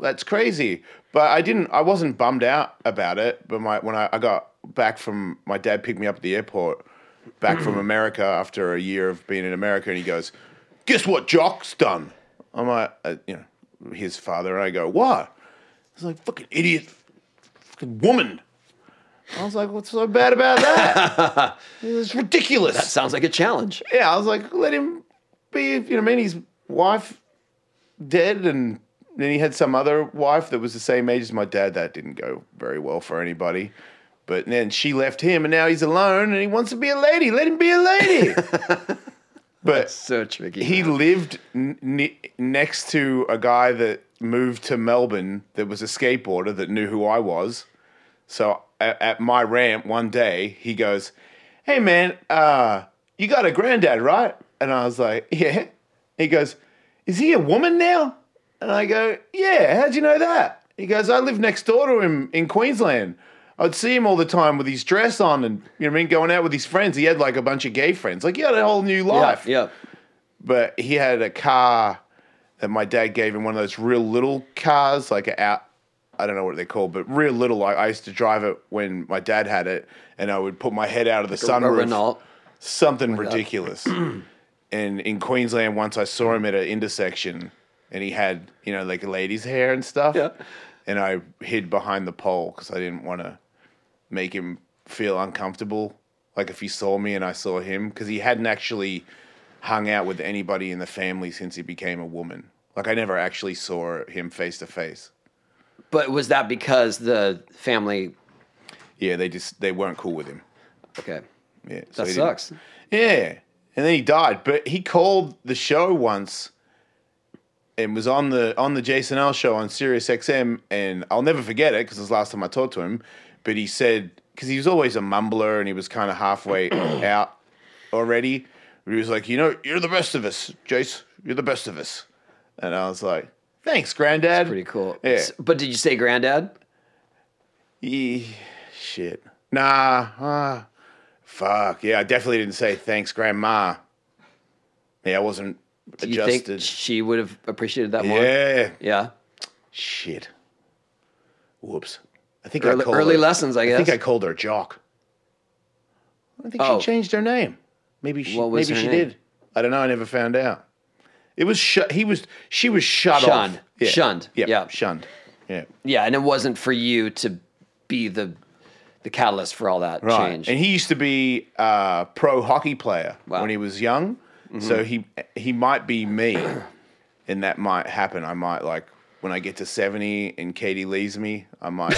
[SPEAKER 1] that's crazy. But I didn't I wasn't bummed out about it. But my when I, I got back from my dad picked me up at the airport back from America after a year of being in America and he goes, Guess what Jock's done? I'm like uh, you know, his father and I go, What? He's like, fucking idiot fucking woman. I was like, what's so bad about that? it was ridiculous.
[SPEAKER 2] Sounds like a challenge.
[SPEAKER 1] Yeah, I was like, let him be. You know, what I mean, his wife dead, and then he had some other wife that was the same age as my dad. That didn't go very well for anybody. But then she left him, and now he's alone, and he wants to be a lady. Let him be a lady. but
[SPEAKER 2] So tricky.
[SPEAKER 1] he lived n- ne- next to a guy that moved to Melbourne that was a skateboarder that knew who I was. So at, at my ramp one day, he goes, Hey man, uh, you got a granddad, right? And I was like, Yeah. He goes, Is he a woman now? And I go, Yeah, how'd you know that? He goes, I live next door to him in Queensland. I'd see him all the time with his dress on and, you know what I mean, going out with his friends. He had like a bunch of gay friends. Like, he had a whole new
[SPEAKER 2] yeah,
[SPEAKER 1] life
[SPEAKER 2] yeah.
[SPEAKER 1] but he had a car that my dad gave him one of those real little cars, like a out. I don't know what they're called, but real little. Like I used to drive it when my dad had it, and I would put my head out of the
[SPEAKER 2] Or
[SPEAKER 1] sunroof.
[SPEAKER 2] Renault.
[SPEAKER 1] Something
[SPEAKER 2] [CLEARS THROAT]
[SPEAKER 1] ridiculous. and in Queensland, once I saw him at an intersection, and he had you know like a lady's hair and stuff.
[SPEAKER 2] Yeah.
[SPEAKER 1] And I hid behind the pole because I didn't want to make him feel uncomfortable. Like if he saw me and I saw him, because he hadn't actually hung out with anybody in the family since he became a woman. Like I never actually saw him face to face.
[SPEAKER 2] But was that because the family?
[SPEAKER 1] Yeah, they just they weren't cool with him.
[SPEAKER 2] Okay,
[SPEAKER 1] Yeah, so
[SPEAKER 2] that
[SPEAKER 1] he didn't-
[SPEAKER 2] sucks.
[SPEAKER 1] Yeah. And then he died, but he called the show once and was on the on the Jason L show on Sirius XM and I'll never forget it because it was the last time I talked to him, but he said cuz he was always a mumbler and he was kind of halfway out already. But he was like, "You know, you're the best of us, Jace. You're the best of us." And I was like, "Thanks, granddad."
[SPEAKER 2] Pretty cool.
[SPEAKER 1] Yeah.
[SPEAKER 2] S- But did you say granddad?
[SPEAKER 1] Ye- shit. Nah. Uh, fuck. Yeah, I definitely didn't say thanks, grandma. Yeah, I wasn't
[SPEAKER 2] Do you think
[SPEAKER 1] Adjusted.
[SPEAKER 2] she would have appreciated that more?
[SPEAKER 1] Yeah.
[SPEAKER 2] Yeah.
[SPEAKER 1] Shit. Whoops. I think I
[SPEAKER 2] Early,
[SPEAKER 1] called
[SPEAKER 2] early
[SPEAKER 1] her-
[SPEAKER 2] lessons, I
[SPEAKER 1] I
[SPEAKER 2] guess.
[SPEAKER 1] think I called her Jock. I think
[SPEAKER 2] Oh.
[SPEAKER 1] she changed her name. Maybe she.
[SPEAKER 2] What was
[SPEAKER 1] maybe
[SPEAKER 2] her
[SPEAKER 1] she
[SPEAKER 2] name?
[SPEAKER 1] did. I don't know. I never found out. It was sh- he was she was shut
[SPEAKER 2] Shunned.
[SPEAKER 1] off. Yeah.
[SPEAKER 2] Shunned.
[SPEAKER 1] Yeah.
[SPEAKER 2] Yeah.
[SPEAKER 1] Shunned. Yeah.
[SPEAKER 2] yeah, and it wasn't for you to be the the catalyst for all that
[SPEAKER 1] Right.
[SPEAKER 2] change.
[SPEAKER 1] And he used to be a pro hockey player
[SPEAKER 2] Wow. Mm-hmm.
[SPEAKER 1] when he was young. So he he might be me, [COUGHS] and that might happen. I might like when I get to seventy and Katie leaves me. I
[SPEAKER 2] [LAUGHS]
[SPEAKER 1] might.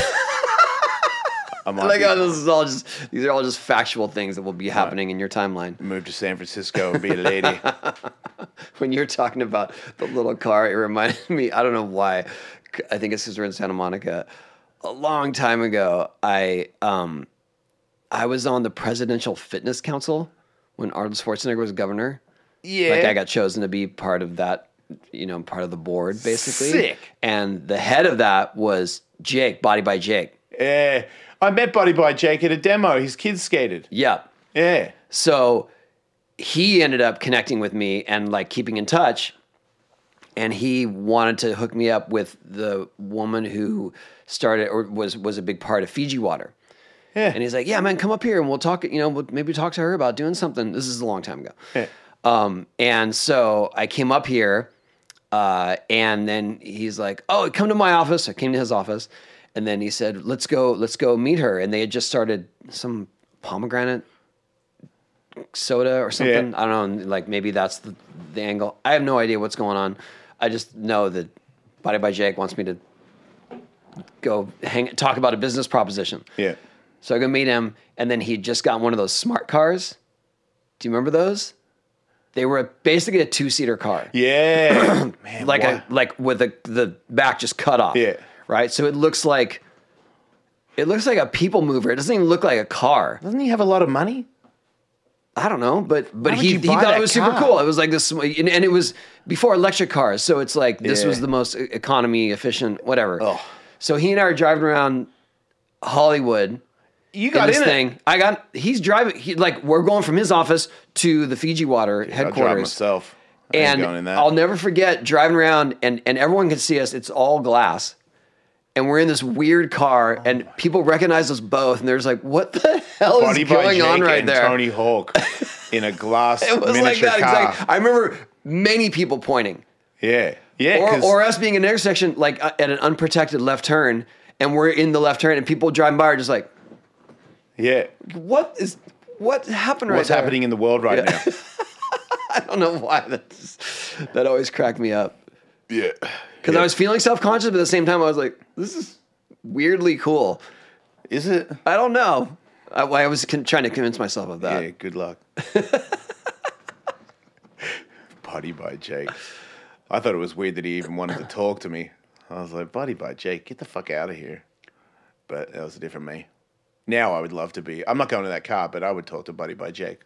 [SPEAKER 1] I might
[SPEAKER 2] like
[SPEAKER 1] be-
[SPEAKER 2] oh, this is all just these are all just factual things that will be happening in your timeline.
[SPEAKER 1] move to San Francisco and be a
[SPEAKER 2] [LAUGHS]
[SPEAKER 1] lady.
[SPEAKER 2] When you're talking about the little car, it reminded [LAUGHS] me. I don't know why. c- I think it's because we're in Santa Monica. A long time ago, I um, I was on the Presidential Fitness Council when Arnold Schwarzenegger was governor.
[SPEAKER 1] yeah.
[SPEAKER 2] Like I got chosen to be part of that, you know, part of the board basically.
[SPEAKER 1] Sick.
[SPEAKER 2] And the head of that was Jake, Body by Jake.
[SPEAKER 1] Yeah. I met Buddy by Jake at a demo. His kids skated.
[SPEAKER 2] Yeah.
[SPEAKER 1] Yeah.
[SPEAKER 2] So he ended up connecting with me and like keeping in touch. And he wanted to hook me up with the woman who started or was was a big part of Fiji Water.
[SPEAKER 1] Yeah.
[SPEAKER 2] And he's like, "Yeah, man, come up here and we'll talk. You know, we'll maybe talk to her about doing something." This is a long time ago. Um, and so I came up here, uh, and then he's like, "Oh, come to my office." I came to his office, and then he said, "Let's go, let's go meet her." And they had just started some pomegranate soda or something. I don't know. and, Like maybe that's the, the angle. I have no idea what's going on. I just know that Body by Jake wants me to go hang talk about a business proposition.
[SPEAKER 1] Yeah.
[SPEAKER 2] So I go meet him, and then he just got one of those smart cars. Do you remember those? They were basically a two seater car, [COUGHS]
[SPEAKER 1] Yeah. Man,
[SPEAKER 2] like
[SPEAKER 1] why-
[SPEAKER 2] a like with the the back just cut off.
[SPEAKER 1] Yeah.
[SPEAKER 2] Right. So it looks like it looks like a people mover. It doesn't even look like a car.
[SPEAKER 1] doesn't he have a lot of money?
[SPEAKER 2] I don't know, but but
[SPEAKER 1] would
[SPEAKER 2] he,
[SPEAKER 1] you
[SPEAKER 2] he
[SPEAKER 1] buy
[SPEAKER 2] thought it
[SPEAKER 1] that
[SPEAKER 2] was super
[SPEAKER 1] car?
[SPEAKER 2] cool. It was like this, sm- and, and it was before electric cars, so it's like this
[SPEAKER 1] Yeah. Oh.
[SPEAKER 2] was the most e- economy efficient, whatever.
[SPEAKER 1] Ugh.
[SPEAKER 2] So he and I are driving around Hollywood.
[SPEAKER 1] You
[SPEAKER 2] in
[SPEAKER 1] got in,
[SPEAKER 2] this
[SPEAKER 1] it.
[SPEAKER 2] thing. I got. He's driving. He, like we're going from his office to the Fiji Water
[SPEAKER 1] I'll drive
[SPEAKER 2] headquarters,
[SPEAKER 1] myself. I ain't
[SPEAKER 2] and
[SPEAKER 1] going in that.
[SPEAKER 2] I'll never forget driving around, and and everyone can see us. It's all glass, and we're in this weird
[SPEAKER 1] Oh
[SPEAKER 2] car, and people recognize us both, and there's like, what the hell
[SPEAKER 1] Buddy
[SPEAKER 2] is
[SPEAKER 1] by
[SPEAKER 2] going
[SPEAKER 1] Jake
[SPEAKER 2] on right
[SPEAKER 1] and
[SPEAKER 2] there?
[SPEAKER 1] Tony Hawk in a glass
[SPEAKER 2] [LAUGHS] it was
[SPEAKER 1] miniature
[SPEAKER 2] like that
[SPEAKER 1] car.
[SPEAKER 2] exactly. I remember many people pointing,
[SPEAKER 1] Yeah. Yeah.
[SPEAKER 2] or
[SPEAKER 1] 'cause-
[SPEAKER 2] or us being in an intersection like uh, at an unprotected left turn, and we're in the left turn, and people driving by are just like,
[SPEAKER 1] yeah.
[SPEAKER 2] what is what happened right
[SPEAKER 1] What's
[SPEAKER 2] there?
[SPEAKER 1] happening in the world right
[SPEAKER 2] [LAUGHS]
[SPEAKER 1] now?
[SPEAKER 2] I don't know why that's, that always cracked me up
[SPEAKER 1] yeah.
[SPEAKER 2] because I was feeling self conscious, but at the same time, I was like, this is weirdly cool.
[SPEAKER 1] Is it?
[SPEAKER 2] I don't know. I, I was con- trying to convince myself of that.
[SPEAKER 1] Yeah. Good
[SPEAKER 2] [LAUGHS]
[SPEAKER 1] luck. Buddy by Jake. I thought it was weird that he even wanted to talk to me. I was like, Buddy by Jake, get the fuck out of here. But that was a different me. Now I would love to be. I'm not going to that car, but I would talk to Buddy by Jake.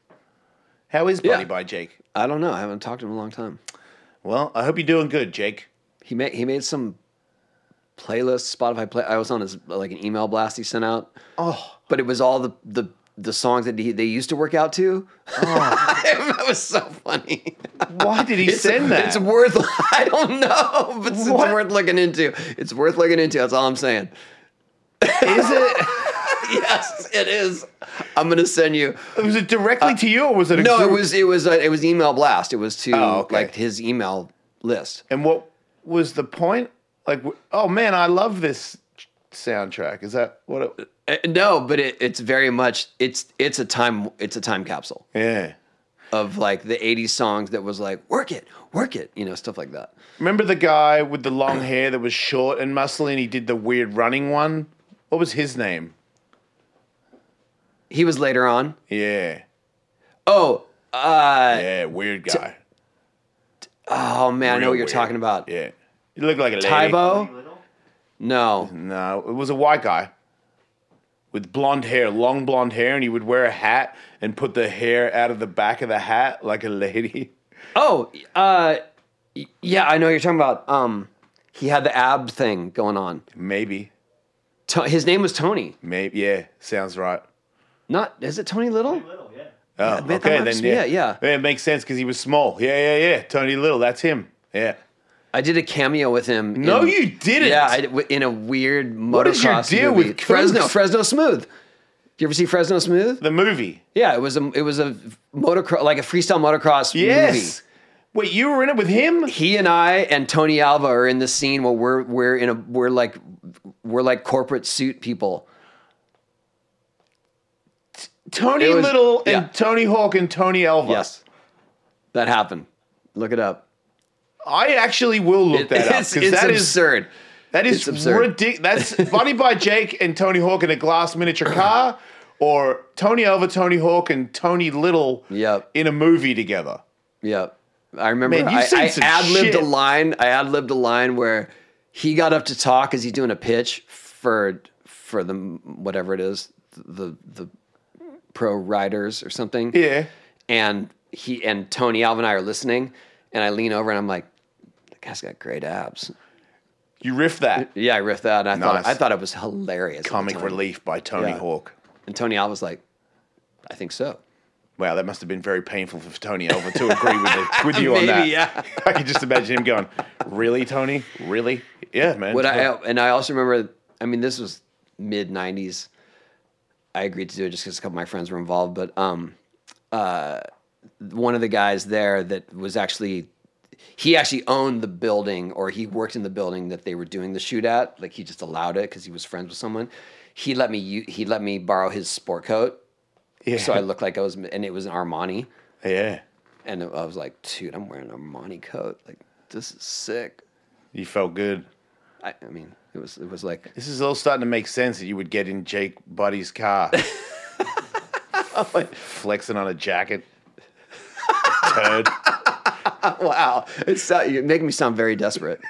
[SPEAKER 1] How is Buddy
[SPEAKER 2] Yeah.
[SPEAKER 1] by Jake?
[SPEAKER 2] I don't know. I haven't talked to him in a long time.
[SPEAKER 1] Well, I hope you're doing good, Jake.
[SPEAKER 2] He made he made some playlist Spotify play. I was on his like an email blast he sent out,
[SPEAKER 1] Oh,
[SPEAKER 2] but it was all the the the songs that he, they used to work out to.
[SPEAKER 1] Oh.
[SPEAKER 2] [LAUGHS] that was so funny.
[SPEAKER 1] why did he send that?
[SPEAKER 2] It's worth. [LAUGHS] I don't know, but it's
[SPEAKER 1] What?
[SPEAKER 2] worth looking into. It's worth looking into. That's all I'm saying.
[SPEAKER 1] is it?
[SPEAKER 2] [LAUGHS] yes, it is. I'm gonna send you.
[SPEAKER 1] Was it directly to you, or was it a
[SPEAKER 2] Uh, No, it
[SPEAKER 1] group?
[SPEAKER 2] was it was uh, it was email blast. It was to
[SPEAKER 1] Oh, okay.
[SPEAKER 2] like his email list.
[SPEAKER 1] And what was the point? Like, w- oh man, I love this soundtrack. Is that what? it
[SPEAKER 2] Uh, no, but it, it's very much it's it's a time it's a time capsule
[SPEAKER 1] Yeah.
[SPEAKER 2] of like the '80s songs that was like work it, work it, you know, stuff like that.
[SPEAKER 1] Remember the guy with the long hair that was short and muscly, and he did the weird running one. What was his name?
[SPEAKER 2] He was later on.
[SPEAKER 1] Yeah.
[SPEAKER 2] Oh, uh,
[SPEAKER 1] Yeah, weird guy.
[SPEAKER 2] oh man, I know
[SPEAKER 1] Real
[SPEAKER 2] what you're
[SPEAKER 1] weird.
[SPEAKER 2] talking about.
[SPEAKER 1] Yeah. He looked like a lady.
[SPEAKER 2] Tybo?
[SPEAKER 3] Little?
[SPEAKER 2] No,
[SPEAKER 1] No, it was a white guy with blonde hair, long blonde hair, and he would wear a hat and put the hair out of the back of the hat like a lady. [LAUGHS]
[SPEAKER 2] Oh, uh, y- yeah, I know what you're talking about. Um, he had the ab thing going on.
[SPEAKER 1] Maybe.
[SPEAKER 2] To- his name was Tony.
[SPEAKER 1] Maybe. Yeah, sounds right.
[SPEAKER 2] Not is it Tony Little?
[SPEAKER 3] Little, yeah.
[SPEAKER 1] Oh,
[SPEAKER 2] that
[SPEAKER 1] okay.
[SPEAKER 2] works.
[SPEAKER 1] Then yeah,
[SPEAKER 2] Yeah, yeah.
[SPEAKER 1] It makes sense because he was small. Yeah, yeah, yeah. Tony Little, that's him. Yeah. Mm.
[SPEAKER 2] I did a cameo with him.
[SPEAKER 1] No,
[SPEAKER 2] in-
[SPEAKER 1] you didn't.
[SPEAKER 2] Yeah, I, did- in a weird motocross
[SPEAKER 1] did you do
[SPEAKER 2] movie.
[SPEAKER 1] with
[SPEAKER 2] Fresno?
[SPEAKER 1] Koontz?
[SPEAKER 2] Fresno Smooth. You ever see Fresno Smooth?
[SPEAKER 1] The movie.
[SPEAKER 2] Yeah, it was a it was a motocross like a freestyle motocross movie.
[SPEAKER 1] Yes. Wait, you were in it with him?
[SPEAKER 2] he and I and Tony Alva are in the scene where we're we're in a we're like we're like corporate suit people.
[SPEAKER 1] Tony
[SPEAKER 2] It was-
[SPEAKER 1] Little and
[SPEAKER 2] yeah.
[SPEAKER 1] Tony Hawk and Tony Alva.
[SPEAKER 2] Yes, that happened. Look it up.
[SPEAKER 1] I actually will look that up
[SPEAKER 2] it's
[SPEAKER 1] because
[SPEAKER 2] it's
[SPEAKER 1] that is
[SPEAKER 2] absurd.
[SPEAKER 1] that
[SPEAKER 2] it's
[SPEAKER 1] is
[SPEAKER 2] absurd. [LAUGHS]
[SPEAKER 1] ridiculous. That's Bunny by Jake and Tony Hawk in a glass
[SPEAKER 2] [CLEARS THROAT]
[SPEAKER 1] miniature car, or Tony Alva, Tony Hawk, and Tony Little
[SPEAKER 2] Yep.
[SPEAKER 1] in a movie together.
[SPEAKER 2] Yeah, I remember.
[SPEAKER 1] Man, you've
[SPEAKER 2] I,
[SPEAKER 1] seen
[SPEAKER 2] I
[SPEAKER 1] some
[SPEAKER 2] ad libbed a
[SPEAKER 1] shit.
[SPEAKER 2] line. I ad libbed a line where he got up to talk as he's doing a pitch for for the whatever it is the the pro riders or something.
[SPEAKER 1] Yeah.
[SPEAKER 2] and he and Tony Alva and I are listening, and I lean over and I'm like, "That guy's got great abs."
[SPEAKER 1] You riff that.
[SPEAKER 2] Yeah, I riffed that, and I
[SPEAKER 1] Nice.
[SPEAKER 2] thought I thought it was hilarious. at the
[SPEAKER 1] Comic
[SPEAKER 2] time.
[SPEAKER 1] Relief by Tony
[SPEAKER 2] Yeah.
[SPEAKER 1] Hawk.
[SPEAKER 2] And Tony Alva's like, "I think so."
[SPEAKER 1] Wow, that must have been very painful for Tony Alva to agree with, the,
[SPEAKER 2] [LAUGHS]
[SPEAKER 1] with you on
[SPEAKER 2] Maybe,
[SPEAKER 1] that.
[SPEAKER 2] yeah.
[SPEAKER 1] [LAUGHS] I can just imagine him going, "Really, Tony? Really? Yeah, man."
[SPEAKER 2] What I and I also remember, I mean, this was mid '90s. I agreed to do it just because a couple of my friends were involved, but um, uh, one of the guys there that was actually he actually owned the building or he worked in the building that they were doing the shoot at. Like he just allowed it because he was friends with someone. He let me u- he let me borrow his sport coat,
[SPEAKER 1] yeah. [LAUGHS]
[SPEAKER 2] so I looked like I was, and it was an Armani.
[SPEAKER 1] yeah,
[SPEAKER 2] And I was like, dude, I'm wearing an Armani coat. Like, this is sick.
[SPEAKER 1] you felt good.
[SPEAKER 2] I, I mean, it was it was like
[SPEAKER 1] This is all starting to make sense that you would get in Jake Buddy's
[SPEAKER 2] [LAUGHS]
[SPEAKER 1] car, [LAUGHS] flexing on a jacket. Turd. [LAUGHS]
[SPEAKER 2] Wow, it's so, you're making me sound very desperate.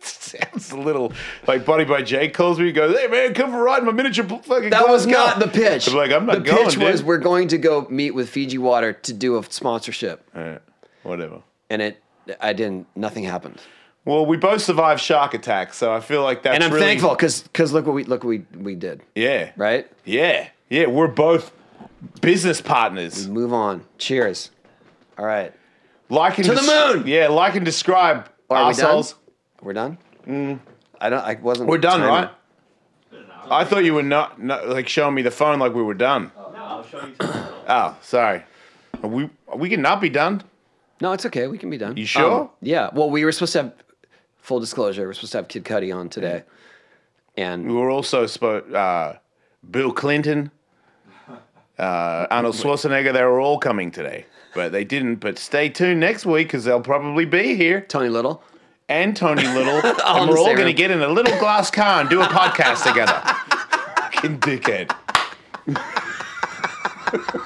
[SPEAKER 1] Sounds a little like Buddy by Jake calls me. He goes, "Hey man, come for a ride in my miniature pl- fucking."
[SPEAKER 2] That
[SPEAKER 1] glass
[SPEAKER 2] was
[SPEAKER 1] car."
[SPEAKER 2] not the pitch.
[SPEAKER 1] I'm like, I'm not
[SPEAKER 2] the
[SPEAKER 1] going.
[SPEAKER 2] pitch was
[SPEAKER 1] dude."
[SPEAKER 2] we're going to go meet with Fiji Water to do a sponsorship,
[SPEAKER 1] All right, whatever.
[SPEAKER 2] and it I didn't. Nothing happened,
[SPEAKER 1] Well, we both survived shark attacks, so I feel like that's
[SPEAKER 2] and I'm
[SPEAKER 1] really,
[SPEAKER 2] thankful because because look what we look what we we did
[SPEAKER 1] Yeah.
[SPEAKER 2] right.
[SPEAKER 1] Yeah. Yeah. We're both business partners.
[SPEAKER 2] Move on. Cheers. All right,
[SPEAKER 1] Like and
[SPEAKER 2] To the moon!
[SPEAKER 1] Yeah. Like and describe
[SPEAKER 2] are
[SPEAKER 1] ourselves.
[SPEAKER 2] we done? We're done. I don't. I wasn't.
[SPEAKER 1] We are Mm. done,
[SPEAKER 2] timing.
[SPEAKER 1] right?
[SPEAKER 3] Good enough.
[SPEAKER 1] I thought you were not, not like showing me the phone like we were done.
[SPEAKER 3] no, I'll show you. Something.
[SPEAKER 1] Oh, sorry. Are we we can not be done.
[SPEAKER 2] No, it's okay. We can be done. Um,
[SPEAKER 1] You sure?
[SPEAKER 2] yeah. Well, we were supposed to have full disclosure. We're supposed to have Kid Cudi on today, and
[SPEAKER 1] We were also spo- uh, Bill Clinton, uh, Arnold Schwarzenegger. They were all coming today, but they didn't. But stay tuned next week because they'll probably be here.
[SPEAKER 2] Tony Little.
[SPEAKER 1] and Tony Little, and
[SPEAKER 2] All in the
[SPEAKER 1] we're all going
[SPEAKER 2] same
[SPEAKER 1] to
[SPEAKER 2] room.
[SPEAKER 1] get in a little glass car and do a podcast together. Fucking dickhead.